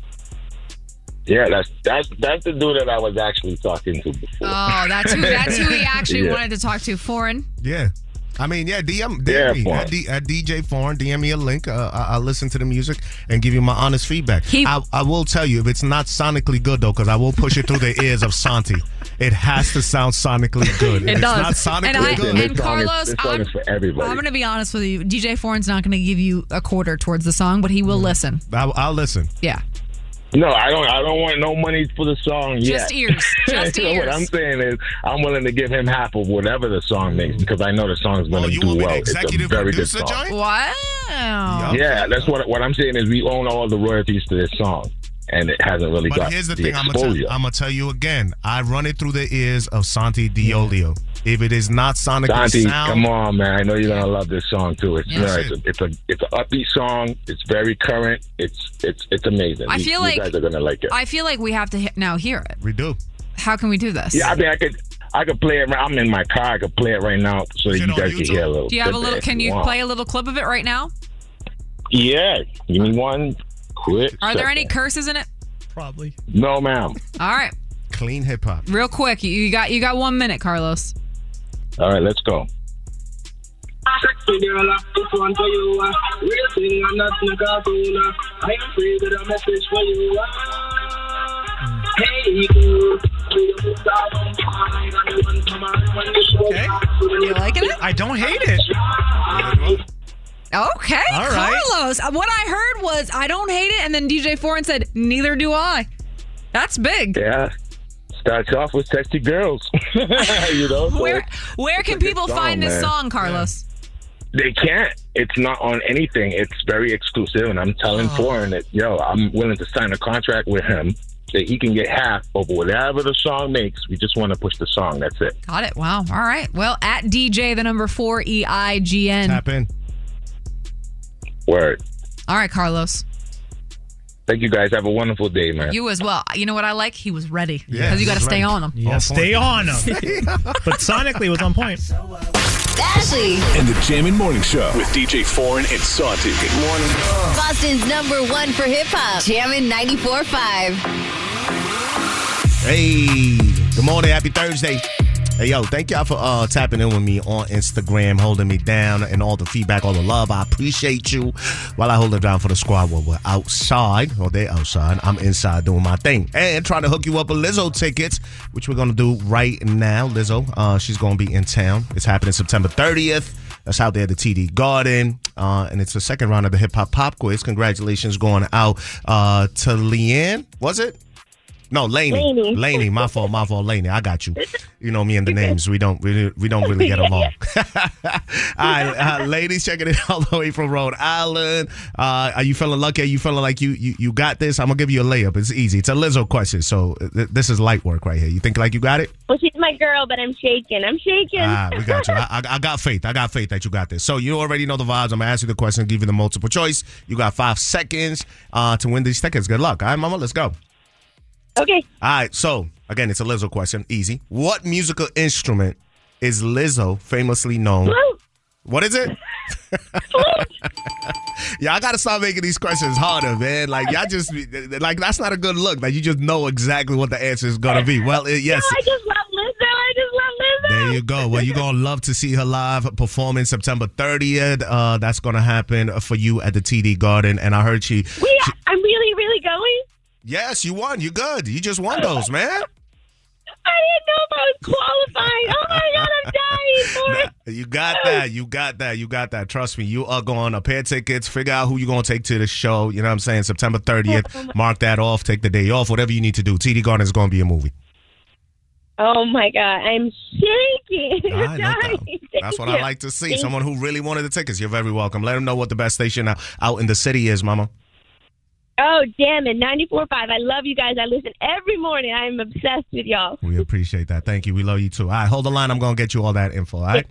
[SPEAKER 9] Yeah, that's that's that's the dude that I was actually talking to before.
[SPEAKER 5] Oh, that's who. That's who he actually
[SPEAKER 2] Yeah.
[SPEAKER 5] wanted to talk to. Foreign.
[SPEAKER 2] Yeah. I mean, yeah, DM,
[SPEAKER 9] Yeah,
[SPEAKER 2] DM me
[SPEAKER 9] Fawn.
[SPEAKER 2] at, D, at DJ Foreign. DM me a link. Uh, I, I'll listen to the music and give you my honest feedback. I, I will tell you if it's not sonically good though, because I will push it through the ears of Santi. It has to sound sonically good.
[SPEAKER 5] It
[SPEAKER 2] if It's
[SPEAKER 5] does.
[SPEAKER 2] not sonically
[SPEAKER 5] And I-
[SPEAKER 2] good.
[SPEAKER 5] and This song is- Carlos, this song I'm- is
[SPEAKER 9] for everybody.
[SPEAKER 5] I'm going to be honest with you. DJ Foreign's not going to give you a quarter towards the song, but he
[SPEAKER 9] Mm.
[SPEAKER 5] will listen.
[SPEAKER 2] I'll, I'll listen.
[SPEAKER 5] Yeah.
[SPEAKER 9] No, I don't. I don't want no money for the song
[SPEAKER 5] Just
[SPEAKER 9] yet.
[SPEAKER 5] ears. Just
[SPEAKER 9] You know
[SPEAKER 5] ears.
[SPEAKER 9] What I'm saying is, I'm willing to give him half of whatever the song makes because I know the song's
[SPEAKER 2] Oh,
[SPEAKER 9] going to do well. It's a very good song.
[SPEAKER 5] Wow.
[SPEAKER 9] Yeah, that's what what I'm saying is we own all the royalties to this song, and it hasn't really
[SPEAKER 2] But
[SPEAKER 9] got
[SPEAKER 2] here's the, thing. I'm gonna,
[SPEAKER 9] exposure.
[SPEAKER 2] tell, I'm gonna tell you again. I run it through the ears of Santi Diolio. If it is not sonically
[SPEAKER 9] Dante,
[SPEAKER 2] sound,
[SPEAKER 9] come on, man! I know you're gonna love this song too. It's
[SPEAKER 2] Yeah.
[SPEAKER 9] very- it's, a, it's a it's an upbeat song. It's very current. It's it's it's amazing.
[SPEAKER 5] I
[SPEAKER 9] You-
[SPEAKER 5] feel
[SPEAKER 9] you
[SPEAKER 5] like-
[SPEAKER 9] guys are gonna like it.
[SPEAKER 5] I feel like we have to hit now hear it.
[SPEAKER 2] We do.
[SPEAKER 5] How can we do this?
[SPEAKER 9] Yeah, I mean, I could I could play it. right- I'm in my car. I could play it right now so that you guys can hear a little.
[SPEAKER 5] Do you have a
[SPEAKER 9] bit
[SPEAKER 5] little?
[SPEAKER 9] if
[SPEAKER 5] Can you
[SPEAKER 9] want.
[SPEAKER 5] play a little clip of it right now?
[SPEAKER 9] Yeah, give me one quick.
[SPEAKER 5] Are there
[SPEAKER 9] second.
[SPEAKER 5] any curses in it?
[SPEAKER 6] Probably.
[SPEAKER 9] No, ma'am.
[SPEAKER 5] All right,
[SPEAKER 2] clean hip hop.
[SPEAKER 5] real quick. You- You got you got one minute, Carlos.
[SPEAKER 9] All right, let's go.
[SPEAKER 10] Sexy girl, I just want for you. uh, Real thing, I'm not in cartoon. uh, I am free with a message for you. uh. Hey, girl.
[SPEAKER 6] Okay.
[SPEAKER 5] You liking it?
[SPEAKER 6] I don't hate it.
[SPEAKER 5] Okay,
[SPEAKER 6] All right.
[SPEAKER 5] Carlos. Uh, What I heard was I don't hate it, and then DJ Foreign said neither do I. That's big.
[SPEAKER 9] Yeah, starts off with sexy girls. you know, so
[SPEAKER 5] Where where can people
[SPEAKER 9] song,
[SPEAKER 5] find this
[SPEAKER 9] man.
[SPEAKER 5] song, Carlos?
[SPEAKER 9] they can't. It's not on anything. It's very exclusive, and I'm telling
[SPEAKER 5] Oh.
[SPEAKER 9] Foreign that yo, I'm willing to sign a contract with him that he can get half of whatever the song makes. We just want to push the song. That's it.
[SPEAKER 5] Got it. Wow. All right. Well, at DJ the number four E I G N.
[SPEAKER 2] Tap in.
[SPEAKER 9] Word.
[SPEAKER 5] All right, Carlos.
[SPEAKER 9] Thank you guys. Have a wonderful day, man.
[SPEAKER 5] You as well. You know what I like? He was ready. Because
[SPEAKER 9] Yeah,
[SPEAKER 5] you got
[SPEAKER 9] he
[SPEAKER 5] to
[SPEAKER 9] was
[SPEAKER 5] stay
[SPEAKER 9] ready.
[SPEAKER 5] on him.
[SPEAKER 6] Yeah, stay on him.
[SPEAKER 4] But
[SPEAKER 6] sonically was on point.
[SPEAKER 3] Ashley,
[SPEAKER 4] And the Jammin' Morning Show with DJ Foreign and Santi. Good morning.
[SPEAKER 3] Boston's number one for hip hop. Jammin' 94.5.
[SPEAKER 2] Hey, good morning. Happy Thursday. Hey, yo, thank y'all for uh, tapping in with me on Instagram, holding me down, and all the feedback, all the love. I appreciate you. While I hold it down for the squad, while we're outside, or they outside, I'm inside doing my thing and trying to hook you up with Lizzo tickets, which we're going to do right now. Lizzo, uh, she's going to be in town. It's happening September 30th. That's out there at the TD Garden. Uh, and it's the second round of the Hip Hop Pop Quiz. Congratulations going out uh, to Leanne, was it? No, Laney.
[SPEAKER 10] Laney.
[SPEAKER 2] Laney. My fault. My fault. Laney. I got you. You know me and the names. We don't. We, we don't really get
[SPEAKER 10] Yeah,
[SPEAKER 2] along. All right, uh, ladies, checking it all the way from Rhode Island. Uh, are you feeling lucky? Are you feeling like you, you you got this? I'm gonna give you a layup. It's easy. It's a Lizzo question, so th- this is light work right here. You think like you got it?
[SPEAKER 11] Well, she's my girl, but I'm shaking. I'm shaking.
[SPEAKER 2] Ah, we got you. I, I, I got faith. I got faith that you got this. So you already know the vibes. I'm gonna ask you the question, give you the multiple choice. You got five seconds uh, to win these tickets. Good luck. All right, Mama, let's go.
[SPEAKER 11] Okay.
[SPEAKER 2] All right. So again, it's a Lizzo question. Easy. What musical instrument is Lizzo famously known? What is it? y'all gotta stop making these questions harder, man. Like y'all just like that's not a good look. Like you just know exactly what the answer is gonna be. Well, it, yes.
[SPEAKER 11] No, I just love Lizzo. I just love Lizzo.
[SPEAKER 2] There you go. Well, you're going to love to see her live performing September 30th. Uh, that's going to happen for you at the TD Garden. And I heard she.
[SPEAKER 11] Wait, I'm really, really going.
[SPEAKER 2] Yes, you won. You good. You just won those, man.
[SPEAKER 11] I didn't know if I was qualified. Oh my god, I'm dying for it.
[SPEAKER 2] You got that. You got that. You got that. Trust me. You are going to pair tickets, figure out who you're going to take to the show. You know what I'm saying? September 30th. Mark that off. Take the day off. Whatever you need to do. TD Garden is going to be a movie.
[SPEAKER 11] Oh my god, I'm shaking.
[SPEAKER 2] All right, no
[SPEAKER 11] Dying. Thank
[SPEAKER 2] That's what
[SPEAKER 11] you.
[SPEAKER 2] I like to see.
[SPEAKER 11] Thank
[SPEAKER 2] Someone who really wanted the tickets. You're very welcome. Let them know what the best station out- out in the city is, mama.
[SPEAKER 11] Oh, damn it. 94.5. I love you guys. I listen every morning. I am obsessed with y'all.
[SPEAKER 2] We appreciate that. Thank you. We love you too. All right, hold the line. I'm gonna get you all that info. All right.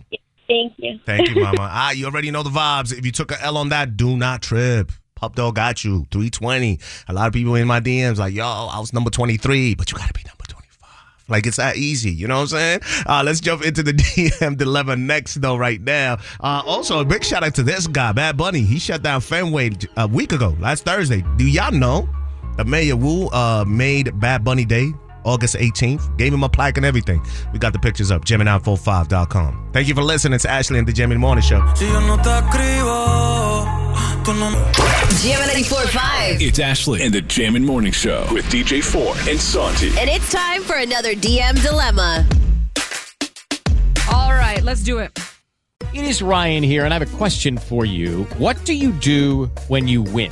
[SPEAKER 11] Thank you.
[SPEAKER 2] Thank you, Mama. All right, you already know the vibes. If you took a L on that, do not trip. Pup Dog got you. 320. A lot of people in my DMs like, yo, I was number 23, but you gotta be number 25. Like it's that easy. You know what I'm saying? Uh, let's jump into the DM dilemma next though, right now. Uh, also, a big shout out to this guy, Bad Bunny. He shut down Fenway a week ago, last Thursday. Do y'all know? The mayor Wu uh, made Bad Bunny Day August 18th. Gave him a plaque and everything. We got the pictures up. Gemini45.com. Thank you for listening. It's Ashley and the Gemini Morning Show.
[SPEAKER 3] Jam at 94.5.
[SPEAKER 4] It's Ashley and the Jammin' Morning Show with DJ 4 and Santi.
[SPEAKER 3] And it's time for another DM dilemma.
[SPEAKER 5] All right, let's do it.
[SPEAKER 12] It is Ryan here, and I have a question for you. What do you do when you win?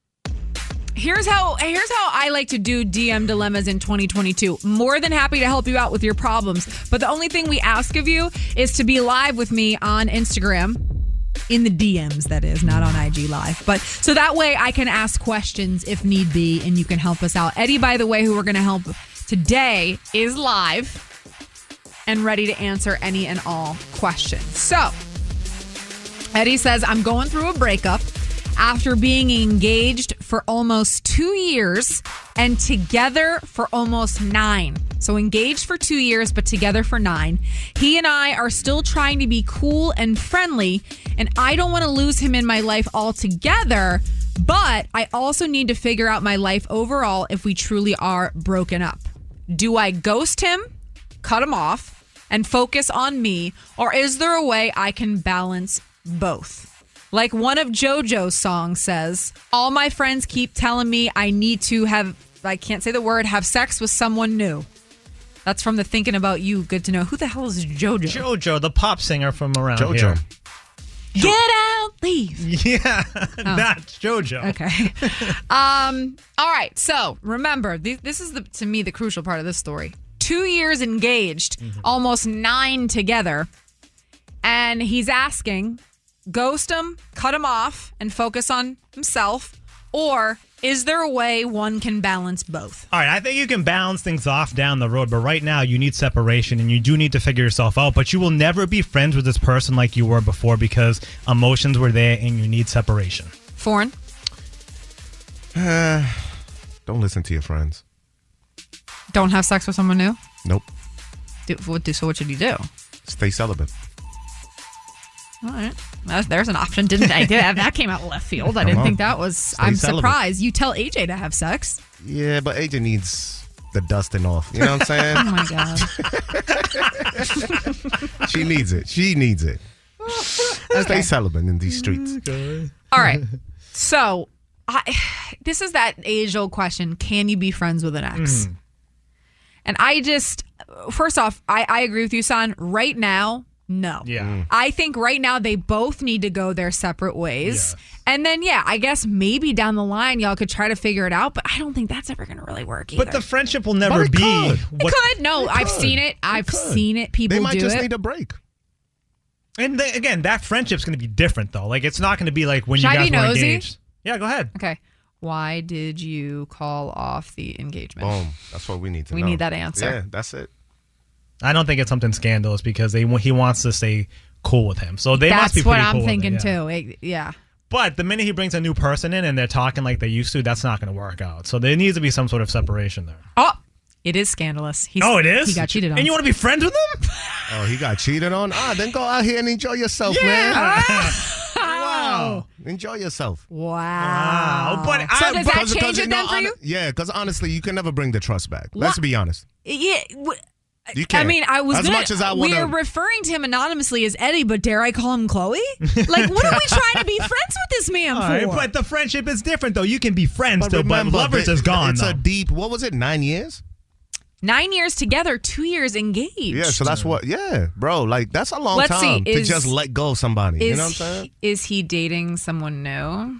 [SPEAKER 5] Here's how here's how I like to do DM dilemmas in 2022. More than happy to help you out with your problems, but the only thing we ask of you is to be live with me on Instagram in the DMs that is, not on IG live. But so that way I can ask questions if need be and you can help us out. Eddie by the way who we're going to help today is live and ready to answer any and all questions. So, Eddie says, I'm going through a breakup after being engaged for almost two years and together for almost nine. So, engaged for two years, but together for nine. He and I are still trying to be cool and friendly, and I don't want to lose him in my life altogether. But I also need to figure out my life overall if we truly are broken up. Do I ghost him? cut him off and focus on me, or is there a way I can balance both? Like one of JoJo's songs says, all my friends keep telling me I need to have, I can't say the word, have sex with someone new. That's from the Thinking About You, good to know. Who the hell is JoJo?
[SPEAKER 6] JoJo, the pop singer from around
[SPEAKER 5] JoJo.
[SPEAKER 6] here.
[SPEAKER 5] Get out, leave.
[SPEAKER 6] Yeah,
[SPEAKER 5] that's
[SPEAKER 6] JoJo.
[SPEAKER 5] Okay. um. All right. So remember, th- this is the to me the crucial part of this story. Two years engaged, almost nine together, and he's asking, ghost him, cut him off, and focus on himself, or is there a way one can balance both?
[SPEAKER 6] All right, I think you can balance things off down the road, but right now you need separation and you do need to figure yourself out. But you will never be friends with this person like you were before because emotions were there and you need separation.
[SPEAKER 5] Foreign.
[SPEAKER 2] Uh, don't listen to your friends.
[SPEAKER 5] Don't have sex with someone new.
[SPEAKER 2] Nope.
[SPEAKER 5] Do, what do so? What should you do?
[SPEAKER 2] Stay celibate.
[SPEAKER 5] All right. That- There's an option. Didn't I? Did, that came out left field. I
[SPEAKER 2] Come
[SPEAKER 5] didn't
[SPEAKER 2] on.
[SPEAKER 5] think that was.
[SPEAKER 2] Stay
[SPEAKER 5] I'm
[SPEAKER 2] celibate.
[SPEAKER 5] surprised. You tell AJ to have sex.
[SPEAKER 2] Yeah, but AJ needs
[SPEAKER 6] the dusting off.
[SPEAKER 2] You know what I'm saying?
[SPEAKER 5] Oh my god.
[SPEAKER 2] she needs it. She needs it. Stay celibate in these streets.
[SPEAKER 5] All right. So, I this is that age old question: Can you be friends with an ex?
[SPEAKER 10] Mm.
[SPEAKER 5] And I just, first off, I, I agree with you, Son. Right now, no.
[SPEAKER 10] Yeah. Mm.
[SPEAKER 5] I think right now they both need to go their separate ways. And then, yeah, I guess maybe down the line y'all could try to figure it out, but I don't think that's ever going to really work either.
[SPEAKER 6] But the friendship will never
[SPEAKER 5] it
[SPEAKER 6] be.
[SPEAKER 5] It could. No, I've seen it. I've seen it. People
[SPEAKER 6] They might
[SPEAKER 5] do
[SPEAKER 6] just
[SPEAKER 5] it.
[SPEAKER 6] need a break. And they, again, that friendship's going to be different though. Like it's not going to be like when
[SPEAKER 5] Should I
[SPEAKER 6] you guys
[SPEAKER 5] be
[SPEAKER 6] were
[SPEAKER 5] nosy?
[SPEAKER 6] engaged. Yeah, go ahead.
[SPEAKER 5] Okay. Why did you call off the engagement?
[SPEAKER 2] Boom. That's what we need to
[SPEAKER 5] We
[SPEAKER 2] know.
[SPEAKER 5] need that answer.
[SPEAKER 2] Yeah, that's it.
[SPEAKER 6] I don't think it's something scandalous because they he wants to stay cool with him. So they must
[SPEAKER 5] That's
[SPEAKER 6] be
[SPEAKER 5] what
[SPEAKER 6] pretty
[SPEAKER 5] I'm
[SPEAKER 6] cool with it,
[SPEAKER 5] thinking
[SPEAKER 6] yeah.
[SPEAKER 5] too. It- yeah.
[SPEAKER 6] But the minute he brings a new person in and they're talking like they used to, that's not going to work out. So there needs to be some sort of separation there.
[SPEAKER 5] Oh, it is scandalous. He's,
[SPEAKER 6] oh, it is.
[SPEAKER 5] He got cheated on.
[SPEAKER 6] And you want to be friends with him?
[SPEAKER 2] Oh, he got cheated on? Ah, then go out here and enjoy yourself,
[SPEAKER 6] Yeah.
[SPEAKER 2] man. Oh,
[SPEAKER 5] wow.
[SPEAKER 2] Enjoy yourself.
[SPEAKER 5] Wow.
[SPEAKER 2] But
[SPEAKER 5] so
[SPEAKER 2] I,
[SPEAKER 5] does that
[SPEAKER 2] because-
[SPEAKER 5] change
[SPEAKER 2] because,
[SPEAKER 5] it then
[SPEAKER 2] know,
[SPEAKER 5] for
[SPEAKER 2] hon-
[SPEAKER 5] you?
[SPEAKER 2] Yeah, because honestly, you can never bring the trust back. Let's
[SPEAKER 5] What?
[SPEAKER 2] be honest.
[SPEAKER 5] Yeah. w-
[SPEAKER 2] You can't.
[SPEAKER 5] I mean, I was
[SPEAKER 2] as
[SPEAKER 5] gonna,
[SPEAKER 2] much as I
[SPEAKER 5] we
[SPEAKER 2] want
[SPEAKER 5] are
[SPEAKER 2] to.
[SPEAKER 5] referring to him anonymously as Eddie, but dare I call him Chloe? like, what are we trying to be friends with this man
[SPEAKER 6] All right,
[SPEAKER 5] for?
[SPEAKER 6] but the friendship is different though. You can be friends still, but lovers is gone
[SPEAKER 2] It's
[SPEAKER 6] though.
[SPEAKER 2] a deep. What was it? Nine years.
[SPEAKER 5] Nine years together, two years engaged.
[SPEAKER 2] Yeah, so that's what. Yeah, bro. Like that's a long
[SPEAKER 5] Let's see,
[SPEAKER 2] time
[SPEAKER 5] is-
[SPEAKER 2] to just let go of somebody. You
[SPEAKER 5] Is
[SPEAKER 2] know what I'm saying?
[SPEAKER 5] he, is he dating someone new?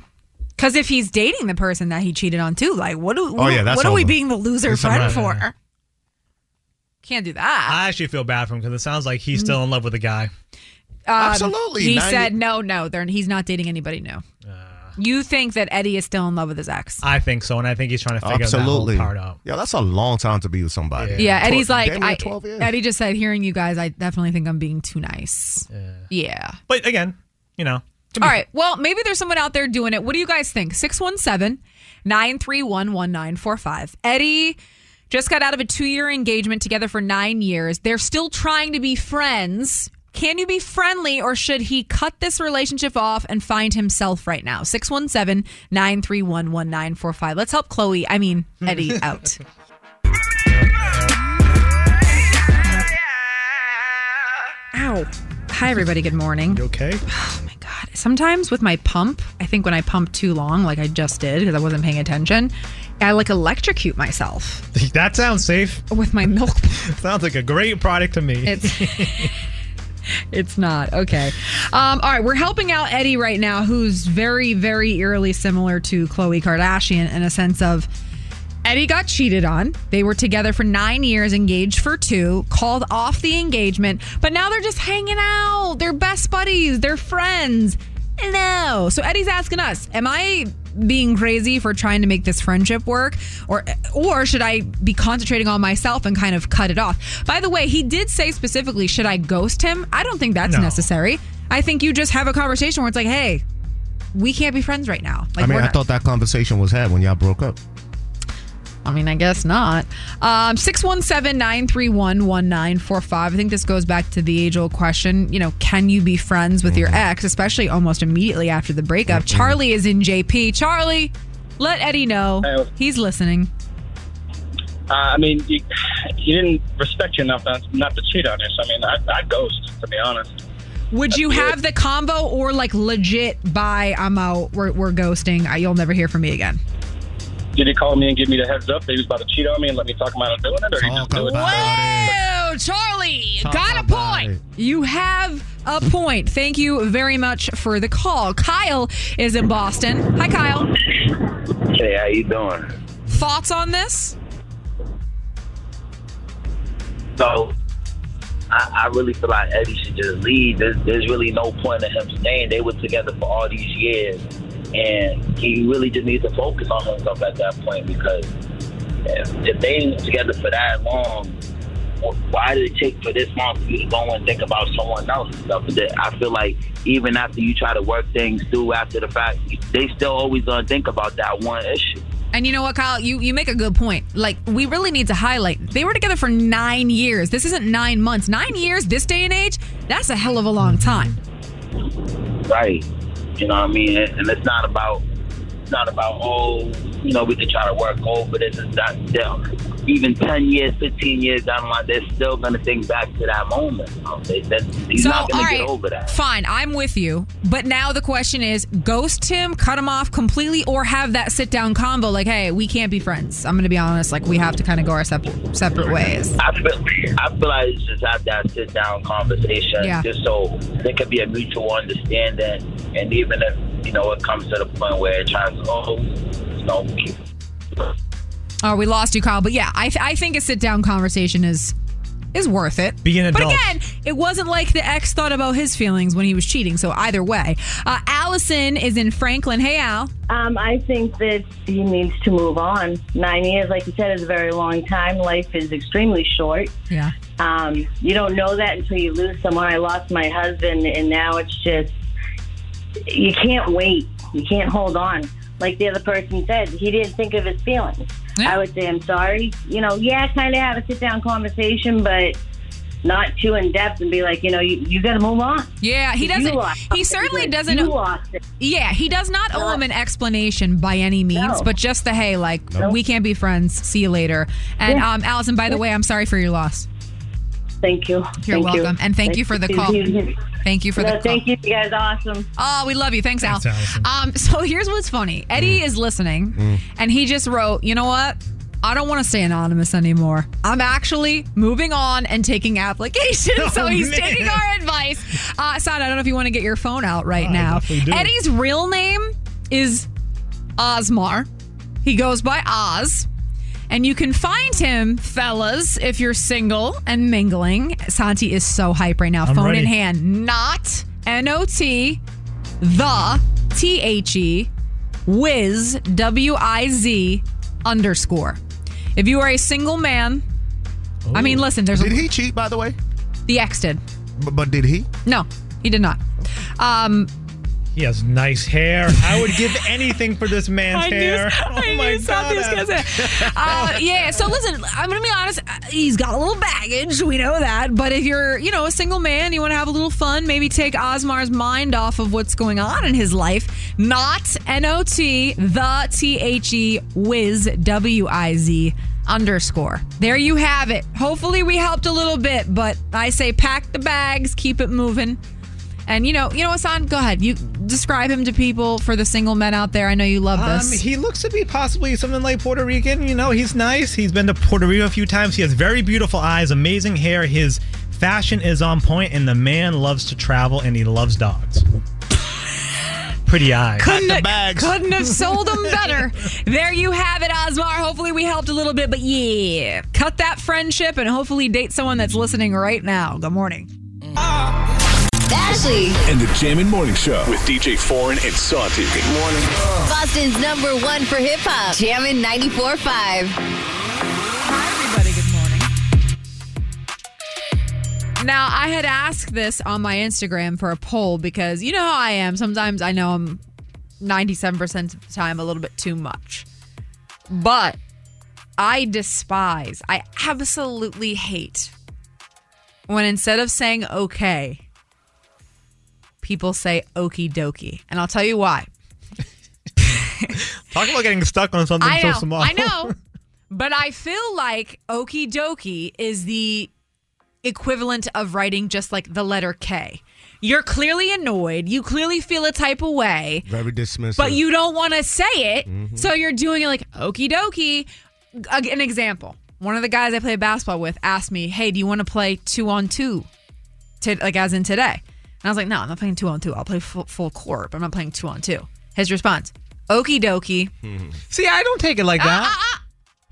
[SPEAKER 5] Because if he's dating the person that he cheated on too, like what do
[SPEAKER 6] Oh, yeah, that's
[SPEAKER 5] what are we
[SPEAKER 6] over.
[SPEAKER 5] being the loser
[SPEAKER 6] It's
[SPEAKER 5] friend
[SPEAKER 6] around,
[SPEAKER 5] for?
[SPEAKER 6] yeah.
[SPEAKER 5] Can't do that. Mm-hmm.
[SPEAKER 6] I actually feel bad for him because it sounds like he's still in love with the guy.
[SPEAKER 5] Um,
[SPEAKER 6] Absolutely,
[SPEAKER 5] He
[SPEAKER 6] nine-
[SPEAKER 5] said no, no. They're, he's not dating anybody new. you think that Eddie is still in love with his ex?
[SPEAKER 6] I think so, and I think he's trying to figure
[SPEAKER 2] Absolutely.
[SPEAKER 6] that whole part out.
[SPEAKER 2] Yeah, that's a long time to be with somebody.
[SPEAKER 5] Yeah, Eddie's like
[SPEAKER 2] damn near
[SPEAKER 5] I,
[SPEAKER 2] 12 years.
[SPEAKER 5] Eddie just said, hearing you guys, I definitely think I'm being too nice. Yeah.
[SPEAKER 6] But again, you know,
[SPEAKER 5] All right. Well, maybe there's someone out there doing it. What do you guys think? 617 931 1945. Eddie just got out of a two year engagement together for nine years. They're still trying to be friends. Can you be friendly or should he cut this relationship off and find himself right now? 617 931 1945. Let's help Chloe, I mean, Eddie out. Ow. Hi, everybody. Good morning. You
[SPEAKER 6] okay?
[SPEAKER 5] Oh, my God. Sometimes with my pump, I think when I pump too long, like I just did because I wasn't paying attention, I like electrocute myself
[SPEAKER 6] that sounds safe.
[SPEAKER 5] with my milk.
[SPEAKER 6] sounds like a great product to me.
[SPEAKER 5] It's. It's not. Okay. Um, all right. We're helping out Eddie right now, who's very, very eerily similar to Khloe Kardashian in a sense of Eddie got cheated on. They were together for nine years, engaged for two, called off the engagement, but now they're just hanging out. They're best buddies, they're friends. No. So Eddie's asking us, am I being crazy for trying to make this friendship work or or should I be concentrating on myself and kind of cut it off? By the way, he did say specifically, should I ghost him? I don't think that's
[SPEAKER 2] No.
[SPEAKER 5] necessary. I think you just have a conversation where it's like, "Hey, we can't be friends right now." Like
[SPEAKER 2] I mean,
[SPEAKER 5] we're
[SPEAKER 2] I
[SPEAKER 5] not-
[SPEAKER 2] thought that conversation was had when y'all broke up.
[SPEAKER 5] I mean, I guess not. Um, 617-931-1945. I think this goes back to the age-old question, you know, can you be friends with your
[SPEAKER 13] Mm-hmm.
[SPEAKER 5] ex, especially almost immediately after the breakup? Charlie is in JP. Charlie, let Eddie know. He's listening.
[SPEAKER 13] Uh, I mean, you, he didn't respect you enough not, not to cheat on you. So I mean, I, I ghost to be honest.
[SPEAKER 5] Would you
[SPEAKER 13] That's it.
[SPEAKER 5] have the combo or like legit bye, I'm out, we're, we're ghosting, I, you'll never hear from me again?
[SPEAKER 13] Did he call me and give me the heads up that he was about to cheat on me and let me talk him out of doing it, or he just do it?
[SPEAKER 5] Wow, Charlie,
[SPEAKER 13] Talk
[SPEAKER 5] got a
[SPEAKER 13] about
[SPEAKER 5] point.
[SPEAKER 13] it.
[SPEAKER 5] You have a point. Thank you very much for the call. Kyle is in Boston. Hi, Kyle.
[SPEAKER 14] Hey, how you doing?
[SPEAKER 5] Thoughts on this?
[SPEAKER 14] So, I, I really feel like Eddie should just leave. There's, there's really no point in him staying. They were together for all these years, and he really just needs to focus on himself at that point because if, if they were together for that long, wh- why did it take for this long for you to go and think about someone else and stuff? That I feel like even after you try to work things through after the fact, they still always gonna think about that one issue.
[SPEAKER 5] And you know what, Kyle? You you make a good point. Like we really need to highlight they were together for nine years. This isn't nine months. Nine years this day and age. That's a hell of a long time.
[SPEAKER 14] Right. You know what I mean? And, and it's not about It's not about oh, you know, we can try to work over this and that. Still, even ten years, fifteen years down the line, they're still going to think back to that moment. You know? they, that, he's
[SPEAKER 5] so,
[SPEAKER 14] not
[SPEAKER 5] all
[SPEAKER 14] going to
[SPEAKER 5] right,
[SPEAKER 14] get over that.
[SPEAKER 5] fine, I'm with you. But now the question is, ghost him, cut him off completely, or have that sit down combo like, hey, we can't be friends. I'm gonna be honest, like we have to kind of go our sep- separate ways.
[SPEAKER 14] I feel, I feel like it's just have that sit down conversation
[SPEAKER 5] Yeah.
[SPEAKER 14] just so there could be a mutual understanding. And even if, you know, it comes to the point where it tries, oh, you know, keep-
[SPEAKER 5] Oh, we lost you, Kyle. But yeah, I, I think a sit down conversation is is worth it. Be
[SPEAKER 6] an
[SPEAKER 5] but
[SPEAKER 6] adult.
[SPEAKER 5] again, it wasn't like the ex thought about his feelings when he was cheating. So either way, uh, Allison is in Franklin. Hey, Al.
[SPEAKER 15] Um, I think that he needs to move on. Nine years, like you said, is a very long time. Life is extremely short.
[SPEAKER 5] Yeah.
[SPEAKER 15] Um, you don't know that until you lose someone. I lost my husband, and now it's just you can't wait. You can't hold on. Like the other person said, he didn't think of his feelings. I would say, I'm sorry. You know, yeah, kind of have a sit down conversation, but not too in depth and be like, you know, you, you got to move on.
[SPEAKER 5] Yeah, he
[SPEAKER 15] You
[SPEAKER 5] doesn't.
[SPEAKER 15] lost
[SPEAKER 5] He certainly
[SPEAKER 15] You
[SPEAKER 5] doesn't.
[SPEAKER 15] lost it.
[SPEAKER 5] Yeah, he does not owe him an explanation by any means,
[SPEAKER 15] No.
[SPEAKER 5] but just the hey, like
[SPEAKER 15] No.
[SPEAKER 5] we can't be friends. See you later. And
[SPEAKER 15] Yeah.
[SPEAKER 5] um, Allison, by the way, I'm sorry for your loss.
[SPEAKER 15] Thank you.
[SPEAKER 5] You're
[SPEAKER 15] Thank you.
[SPEAKER 5] welcome, and thank you for the call. Thank you for the
[SPEAKER 15] No,
[SPEAKER 5] call.
[SPEAKER 15] thank you. You guys are awesome.
[SPEAKER 5] Oh, we love you. Thanks,
[SPEAKER 15] Thanks,
[SPEAKER 5] Al.
[SPEAKER 15] Allison.
[SPEAKER 5] Um, so here's what's funny. Eddie is listening,
[SPEAKER 15] Mm.
[SPEAKER 5] and he just wrote, "You know what? I don't want to stay anonymous anymore. I'm actually moving on and taking applications."
[SPEAKER 10] Oh,
[SPEAKER 5] so he's
[SPEAKER 10] man.
[SPEAKER 5] taking our advice. Uh, Sad, I don't know if you want to get your phone out right
[SPEAKER 10] I
[SPEAKER 5] now.
[SPEAKER 10] definitely do.
[SPEAKER 5] Eddie's real name is Osmar. He goes by Oz. And you can find him, fellas, if you're single and mingling. Santi is so hype right now,
[SPEAKER 10] I'm
[SPEAKER 5] phone in
[SPEAKER 10] ready.
[SPEAKER 5] hand. Not N O T, the T H E, Wiz, W I Z underscore. If you are a single man, I
[SPEAKER 10] Oh.
[SPEAKER 5] mean, listen, there's
[SPEAKER 2] Did he cheat, by the way?
[SPEAKER 5] The ex did.
[SPEAKER 2] But, but did he?
[SPEAKER 5] No, he did not. Um,
[SPEAKER 6] He has nice hair. I would give anything for this man's
[SPEAKER 5] I knew-
[SPEAKER 6] hair. Oh
[SPEAKER 5] I knew something was gonna say. Uh, yeah. So listen, I'm gonna be honest. uh, He's got a little baggage. We know that. But if you're, you know, a single man, you want to have a little fun, maybe take Osmar's mind off of what's going on in his life. Not N O T the T H E Wiz W I Z underscore. There you have it. Hopefully we helped a little bit, but I say pack the bags, keep it moving. And you know, you know, Hassan, go ahead. You describe him to people for the single men out there. I know you love
[SPEAKER 6] Um,
[SPEAKER 5] this.
[SPEAKER 6] he looks to be possibly something like Puerto Rican. You know, he's nice. He's been to Puerto Rico a few times. He has very beautiful eyes, amazing hair. His fashion is on point, and the man loves to travel and he loves dogs. Pretty eyes.
[SPEAKER 5] couldn't, couldn't have sold them better. there you have it, Osmar. Hopefully, we helped a little bit, but yeah, cut that friendship and hopefully date someone that's listening right now. Good morning.
[SPEAKER 3] Ashley,
[SPEAKER 4] And the Jammin' Morning Show with DJ Foreign and Santi. Good morning.
[SPEAKER 3] Boston's number one for hip hop. Jammin' 94.5.
[SPEAKER 5] Now, I had asked this on my Instagram for a poll because you know how I am. Sometimes I know I'm 97% of the time a little bit too much. But I despise, I absolutely hate when instead of saying okay, people say okie dokie. And I'll tell you why.
[SPEAKER 6] Talk about getting stuck on something
[SPEAKER 5] I know,
[SPEAKER 6] so small.
[SPEAKER 5] I know. But I feel like okie dokie is the equivalent of writing just like the letter K. You're clearly annoyed. You clearly feel a type of way,
[SPEAKER 2] Very dismissive.
[SPEAKER 5] but you don't want to say it.
[SPEAKER 6] Mm-hmm.
[SPEAKER 2] Mhm.
[SPEAKER 5] So you're doing it like okie dokie. Ag- An example one of the guys I play basketball with asked me, Hey, do you want to play two on two? To, like, as in today. And I was like, No, I'm not playing two on two. I'll play full, full court, but I'm not playing two on two. His response, okie dokie.
[SPEAKER 6] See, I don't take it like
[SPEAKER 5] Uh,
[SPEAKER 6] that.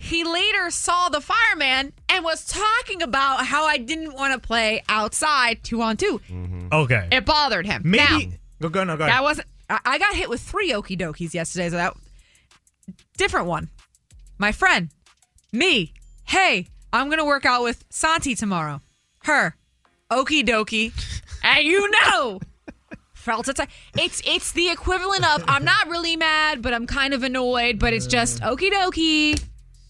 [SPEAKER 5] He later saw the fireman and was talking about how I didn't want to play outside two on 2
[SPEAKER 6] Okay.
[SPEAKER 5] It bothered him. now,
[SPEAKER 6] Maybe. go, go, no, go.
[SPEAKER 5] that wasn't. I- I got hit with three okie dokies yesterday. So that different one. My friend, me. Hey, I'm gonna work out with Santi tomorrow. Her, okie dokie, and you know, felt it's it's it's the equivalent of I'm not really mad, but I'm kind of annoyed. But it's just okie dokie.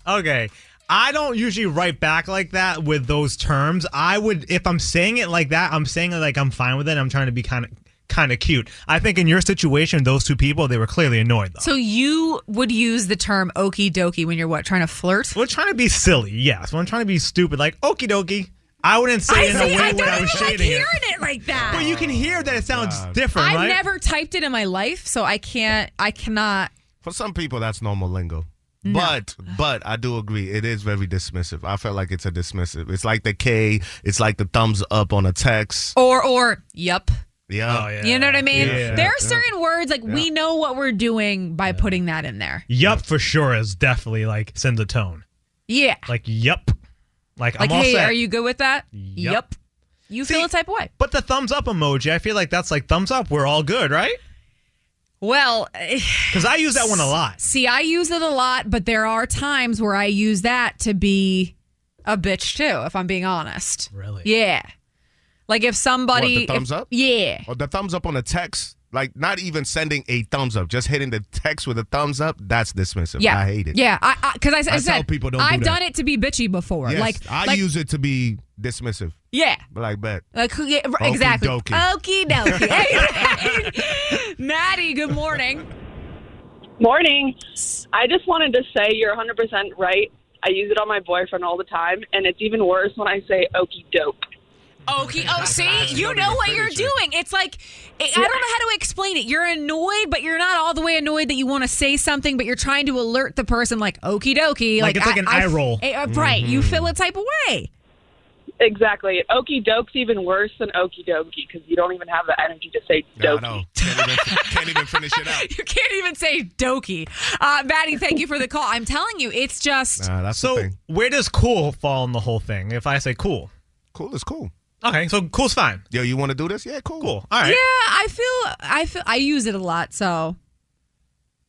[SPEAKER 6] Okay. I don't usually write back like that with those terms. I would, if I'm saying it like that, I'm saying it like I'm fine with it. I'm trying to be kind of kind of cute. I think in your situation, those two people, they were clearly annoyed though.
[SPEAKER 5] So you would use the term okie dokie when you're what trying to flirt?
[SPEAKER 6] We're trying to be silly, yes. We're trying to be stupid, like okie dokie. I wouldn't say it in a way where I was shading it.
[SPEAKER 5] it like that.
[SPEAKER 6] But you can hear that it sounds different,
[SPEAKER 5] I've
[SPEAKER 6] right?
[SPEAKER 5] never typed it in my life, so I can't. I cannot.
[SPEAKER 2] For some people, that's normal lingo. But but I do agree, it is very dismissive. I felt like it's a dismissive. It's like the K. It's like the thumbs up on a text.
[SPEAKER 5] Or or yep.
[SPEAKER 2] Yeah.
[SPEAKER 5] You know what I mean?
[SPEAKER 2] Yeah.
[SPEAKER 5] there are
[SPEAKER 2] Yeah.
[SPEAKER 5] certain words like we know what we're doing by putting that in there.
[SPEAKER 6] Yup, for sure is definitely like sends a tone.
[SPEAKER 5] Yeah.
[SPEAKER 6] Like yup. Like,
[SPEAKER 5] Like
[SPEAKER 6] I'm all
[SPEAKER 5] hey,
[SPEAKER 6] set.
[SPEAKER 5] are you good with that?
[SPEAKER 6] Yep.
[SPEAKER 5] You feel a type of way.
[SPEAKER 6] But the thumbs up emoji, I feel like that's like thumbs up. We're all good, right?
[SPEAKER 5] Well,
[SPEAKER 6] Because I use that one a lot.
[SPEAKER 5] See, I use it a lot, but there are times where I use that to be a bitch too, if I'm being honest. Really? Yeah. Like if somebody
[SPEAKER 2] What, the thumbs
[SPEAKER 5] if-
[SPEAKER 2] up?
[SPEAKER 5] Yeah.
[SPEAKER 2] Or the thumbs up on a text. Like not even sending a thumbs up, just hitting the text with a thumbs up. That's dismissive.
[SPEAKER 5] Yeah.
[SPEAKER 2] I hate it.
[SPEAKER 5] Yeah, I because I, I,
[SPEAKER 2] I
[SPEAKER 5] said
[SPEAKER 2] tell people don't do
[SPEAKER 5] I've
[SPEAKER 2] that.
[SPEAKER 5] done it to be bitchy before.
[SPEAKER 2] Yes,
[SPEAKER 5] like
[SPEAKER 2] I
[SPEAKER 5] like,
[SPEAKER 2] use it to be dismissive.
[SPEAKER 5] Yeah.
[SPEAKER 2] Like bet.
[SPEAKER 5] Like who- yeah,
[SPEAKER 2] Okie
[SPEAKER 5] exactly.
[SPEAKER 2] dokie.
[SPEAKER 5] Okie dokie. Hey, Maddie, good morning.
[SPEAKER 16] Morning. I just wanted to say you're 100% right. I use it on my boyfriend all the time, and it's even worse when I say okie doke.
[SPEAKER 5] Okie. Oh, see, you know what you're doing. It's like I I don't know how to explain it. You're annoyed, but you're not all the way annoyed that you want to say something, but you're trying to alert the person, like okie dokie.
[SPEAKER 16] Like, it's like an eye roll.
[SPEAKER 5] eh, uh, right? You
[SPEAKER 16] Mhm.
[SPEAKER 2] Mm-hmm.
[SPEAKER 5] feel a type of way.
[SPEAKER 16] Exactly. Okie doke's even worse than okie dokie because you don't even have the energy to say dokie.
[SPEAKER 2] Can't even finish it out.
[SPEAKER 5] You can't even say dokie. Uh, Maddie, thank you for the call. I'm telling you, it's just
[SPEAKER 2] Uh,
[SPEAKER 6] so where does cool fall in the whole thing? If I say cool,
[SPEAKER 2] cool is cool.
[SPEAKER 6] Okay, so cool's fine.
[SPEAKER 2] Yo, you want to do this? Yeah, cool.
[SPEAKER 6] Cool. All right.
[SPEAKER 5] yeah. I feel I feel I use it a lot. So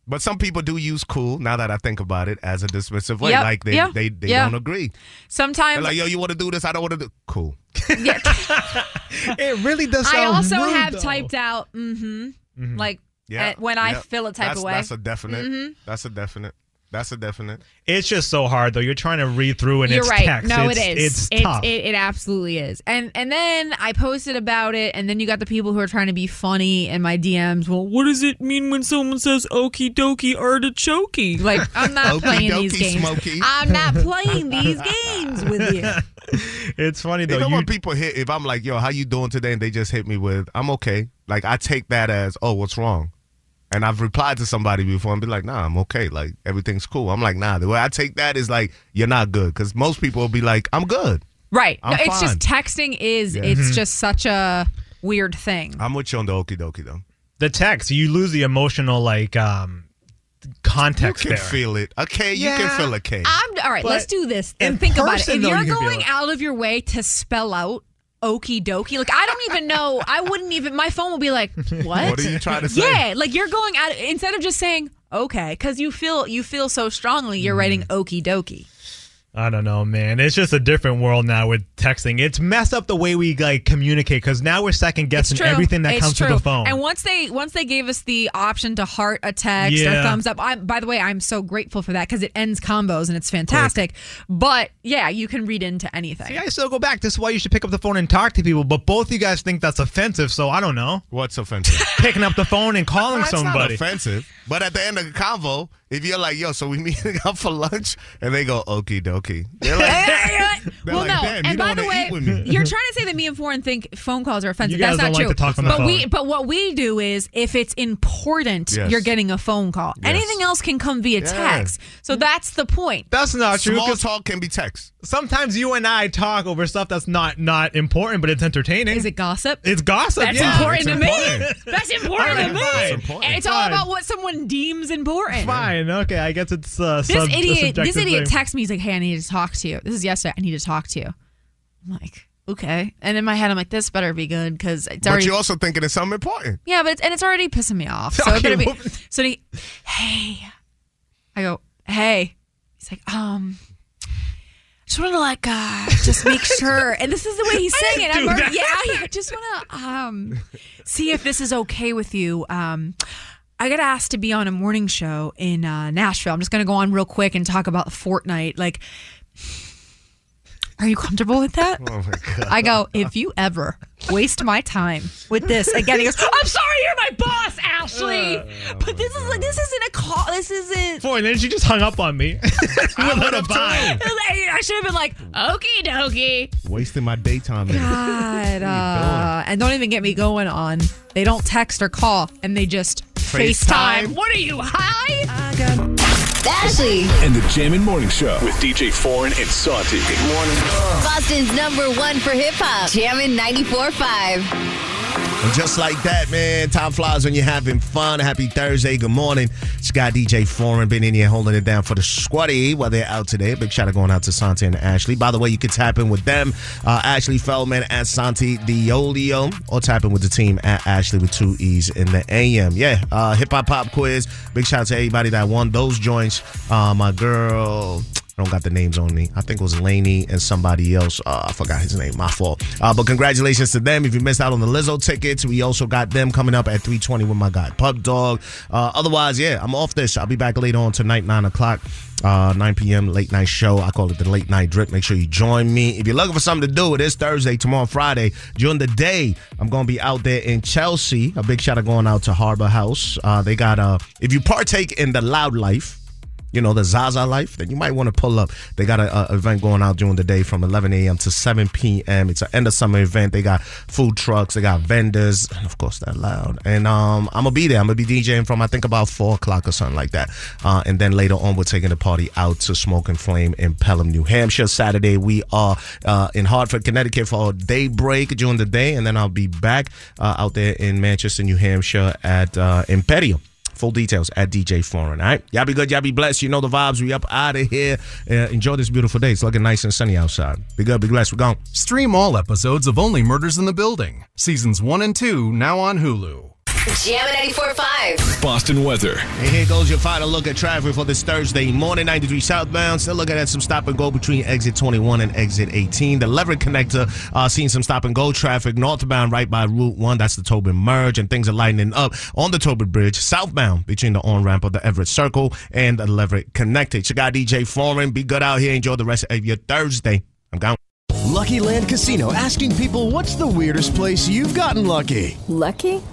[SPEAKER 2] But some people do use cool, now that I think about it, as a dismissive way.
[SPEAKER 5] Yep.
[SPEAKER 2] Like they,
[SPEAKER 5] Yeah.
[SPEAKER 2] they, they
[SPEAKER 5] Yeah.
[SPEAKER 2] don't agree. They're
[SPEAKER 5] sometimes
[SPEAKER 2] like, yo, you want to do this? I don't want to do Cool.
[SPEAKER 6] it really does.
[SPEAKER 5] I
[SPEAKER 2] sound
[SPEAKER 5] also
[SPEAKER 2] rude,
[SPEAKER 5] have
[SPEAKER 2] though.
[SPEAKER 5] typed out mm-hmm,
[SPEAKER 2] Mhm.
[SPEAKER 5] like
[SPEAKER 2] Yeah.
[SPEAKER 5] at- when I
[SPEAKER 2] yeah.
[SPEAKER 5] feel a type
[SPEAKER 2] that's,
[SPEAKER 5] of way.
[SPEAKER 2] That's a definite.
[SPEAKER 5] Mhm.
[SPEAKER 2] That's a definite. That's a definite.
[SPEAKER 6] It's just so hard though. You're trying to read through and
[SPEAKER 5] You're
[SPEAKER 6] it's
[SPEAKER 5] right.
[SPEAKER 6] text.
[SPEAKER 5] No,
[SPEAKER 6] it's,
[SPEAKER 5] it is.
[SPEAKER 6] It's tough.
[SPEAKER 5] It, it, it absolutely is. And and then I posted about it, and then you got the people who are trying to be funny in my DMs. Well, what does it mean when someone says okie dokie artichokey? Like I'm not playing these
[SPEAKER 2] Okey-dokey,
[SPEAKER 5] games.
[SPEAKER 2] Smokey.
[SPEAKER 5] I'm not playing these games with you.
[SPEAKER 6] it's funny
[SPEAKER 2] You
[SPEAKER 6] though.
[SPEAKER 2] know
[SPEAKER 6] you-
[SPEAKER 2] when people hit, if I'm like, yo, how you doing today? And they just hit me with, I'm okay. Like, I take that as, oh, what's wrong? And I've replied to somebody before and be like, nah, I'm okay. Like, everything's cool. I'm like, nah, the way I take that is like, you're not good. Because most people will be like, I'm good.
[SPEAKER 5] Right.
[SPEAKER 2] I'm
[SPEAKER 5] no, it's
[SPEAKER 2] fine.
[SPEAKER 5] just texting is.
[SPEAKER 2] Yeah.
[SPEAKER 5] It's
[SPEAKER 6] Mm-hmm.
[SPEAKER 2] Mhm.
[SPEAKER 5] just such a weird thing.
[SPEAKER 2] I'm with you on the okie dokie, though.
[SPEAKER 6] the text, you lose the emotional like um context
[SPEAKER 2] You can
[SPEAKER 6] there.
[SPEAKER 2] feel it. Okay, you can feel a K.
[SPEAKER 5] I'm all right.
[SPEAKER 6] But
[SPEAKER 5] let's do this. Then
[SPEAKER 6] in
[SPEAKER 5] think about it.
[SPEAKER 6] person,
[SPEAKER 5] If
[SPEAKER 6] though,
[SPEAKER 5] you're
[SPEAKER 6] you can be
[SPEAKER 5] going
[SPEAKER 6] like-
[SPEAKER 5] out of your way to spell out okie dokie, like I don't even know. I wouldn't even. My phone would be like, "What?
[SPEAKER 2] What are you trying to say?
[SPEAKER 5] Yeah, like you're going out instead of just saying okay, because you feel you feel so strongly.
[SPEAKER 6] Mm-hmm.
[SPEAKER 5] You're writing okie dokie.
[SPEAKER 6] I don't know, man. It's just a different world now with texting. It's messed up the way we like communicate because now we're second guessing
[SPEAKER 5] True.
[SPEAKER 6] everything that
[SPEAKER 5] It's
[SPEAKER 6] comes to
[SPEAKER 5] true.
[SPEAKER 6] the phone.
[SPEAKER 5] And once they once they gave us the option to heart a text or
[SPEAKER 6] Yeah.
[SPEAKER 5] thumbs up. I, by the way, I'm so grateful for that because it ends combos and it's fantastic. But yeah, you can read into anything.
[SPEAKER 6] I still go back. This is why you should pick up the phone and talk to people. But both you guys think that's offensive, so I don't know.
[SPEAKER 2] What's offensive?
[SPEAKER 6] Picking up the phone and calling
[SPEAKER 2] Oh, That's not
[SPEAKER 6] somebody.
[SPEAKER 2] offensive. But at the end of the convo, if you're like, yo, so we meeting up for lunch, and they go, okie dokie. They're like, they're
[SPEAKER 5] well,
[SPEAKER 2] like,
[SPEAKER 5] no.
[SPEAKER 2] "Damn, you
[SPEAKER 5] and by
[SPEAKER 2] don't
[SPEAKER 5] the
[SPEAKER 2] wanna
[SPEAKER 5] way,
[SPEAKER 2] eat with me."
[SPEAKER 5] you're trying to say that me and Foreign think phone calls are offensive.
[SPEAKER 6] You guys
[SPEAKER 5] That's not
[SPEAKER 6] don't like to
[SPEAKER 5] true.
[SPEAKER 6] talk on the
[SPEAKER 5] but we,
[SPEAKER 6] phone.
[SPEAKER 5] but what we do is, if it's important,
[SPEAKER 6] Yes.
[SPEAKER 5] you're getting a phone call.
[SPEAKER 6] Yes.
[SPEAKER 5] Anything else can come via
[SPEAKER 6] Yeah.
[SPEAKER 5] text. So that's the point.
[SPEAKER 6] That's not true.
[SPEAKER 5] Small
[SPEAKER 6] 'cause
[SPEAKER 2] talk can be text.
[SPEAKER 6] Sometimes you and I talk over stuff that's not not important, but it's entertaining. Is
[SPEAKER 5] it gossip?
[SPEAKER 6] It's gossip.
[SPEAKER 5] That's
[SPEAKER 6] yeah.
[SPEAKER 5] important to me. That's important
[SPEAKER 6] All
[SPEAKER 5] to
[SPEAKER 6] right,
[SPEAKER 5] me.
[SPEAKER 6] fine.
[SPEAKER 5] And it's all
[SPEAKER 6] Fine.
[SPEAKER 5] about what someone deems important.
[SPEAKER 6] Fine. Okay. I guess it's uh,
[SPEAKER 5] This
[SPEAKER 6] sub- a
[SPEAKER 5] idiot, this
[SPEAKER 6] subjective
[SPEAKER 5] idiot
[SPEAKER 6] thing.
[SPEAKER 5] texts me. He's like, "Hey, I need to talk to you." This is yesterday. I need to talk to you. I'm like, okay. And in my head, I'm like, this better be good because it's
[SPEAKER 2] But
[SPEAKER 5] already.
[SPEAKER 2] you're also thinking it's something important.
[SPEAKER 5] Yeah, but it's, and it's already pissing me off. So it
[SPEAKER 2] Okay,
[SPEAKER 5] better be.
[SPEAKER 2] well-
[SPEAKER 5] So he, hey, I go, hey. He's like, um, just want to like, uh, just make sure. And this is the way he's
[SPEAKER 10] I
[SPEAKER 5] saying it.
[SPEAKER 10] didn't
[SPEAKER 5] I'm
[SPEAKER 10] do
[SPEAKER 5] already, yeah,
[SPEAKER 10] that.
[SPEAKER 5] I just want to um, see if this is okay with you. Um, I got asked to be on a morning show in uh, Nashville. I'm just gonna go on real quick and talk about Fortnite. Like, Are you comfortable with that?
[SPEAKER 2] Oh my God.
[SPEAKER 5] I go, if you ever waste my time with this again, he goes, I'm sorry, you're my boss,
[SPEAKER 2] Uh,
[SPEAKER 5] Ashley. But this is this isn't a call. This isn't.
[SPEAKER 6] Boy, and then she just hung up on me. I would have bye.
[SPEAKER 5] I should have been like, okie dokie.
[SPEAKER 2] Wasting my daytime.
[SPEAKER 5] God, uh, and don't even get me going on. They don't text or call, and they just
[SPEAKER 4] FaceTime.
[SPEAKER 5] FaceTime. What are you high?
[SPEAKER 3] Ashley,
[SPEAKER 4] And the Jammin' Morning Show with DJ Foreign and Santi. Good morning.
[SPEAKER 3] Boston's number one for hip hop. Jammin' 94.5.
[SPEAKER 2] And just like that, man, time flies when you're having fun. Happy Thursday. Good morning. It's got DJ Foreign been in here holding it down for the squaddy while they're out today. Big shout out going out to Santi and Ashley. By the way, you can tap in with them, uh, Ashley Feldman at Santi Diolio, or tap in with the team at Ashley with two E's in the AM. Yeah, uh, hip hop pop quiz. Big shout out to everybody that won those joints. Uh, my girl. I don't got the names on me. I think it was Laney and somebody else. Uh, I forgot his name. My fault. Uh, but congratulations to them. If you missed out on the Lizzo tickets, we also got them coming up at 320 with my guy Pub Dog. Uh, otherwise, yeah, I'm off this. I'll be back later on tonight, 9 o'clock. Uh, 9 p.m. late night show. I call it the late night drip. Make sure you join me. If you're looking for something to do, it is Thursday, tomorrow, Friday. During the day, I'm going to be out there in Chelsea. A big shout out going out to Harbor House. Uh, they got, uh, if you partake in the loud life, you know, the Zaza life, then you might want to pull up. They got an event going out during the day from 11 a.m. to 7 p.m. It's an end of summer event. They got food trucks, they got vendors, and of course, that loud. And um, I'm going to be there. I'm going to be DJing from, I think, about 4 o'clock or something like that. Uh, and then later on, we're taking the party out to Smoke and Flame in Pelham, New Hampshire. Saturday, we are uh, in Hartford, Connecticut for a day break during the day. And then I'll be back uh, out there in Manchester, New Hampshire at uh, Imperium. Full details at DJ Foreign. All right. Y'all be good. Y'all be blessed. You know the vibes. We up out of here. Uh, enjoy this beautiful day. It's looking nice and sunny outside. Be good. Be blessed. We're gone.
[SPEAKER 17] Stream all episodes of Only Murders in the Building, seasons 1 and 2, now on Hulu.
[SPEAKER 3] Jammin' 94.5.
[SPEAKER 4] Boston weather.
[SPEAKER 2] And here goes your final look at traffic for this Thursday morning. 93 southbound. Still looking at some stop and go between exit 21 and exit 18. The Leverett connector, uh, seeing some stop and go traffic northbound right by Route 1. That's the Tobin merge, and things are lightening up on the Tobin Bridge southbound between the on ramp of the Everett Circle and the Leverett connector. It's your guy, DJ Foreign. Be good out here. Enjoy the rest of your Thursday. I'm gone.
[SPEAKER 18] Lucky Land Casino asking people what's the weirdest place you've gotten lucky?
[SPEAKER 19] Lucky?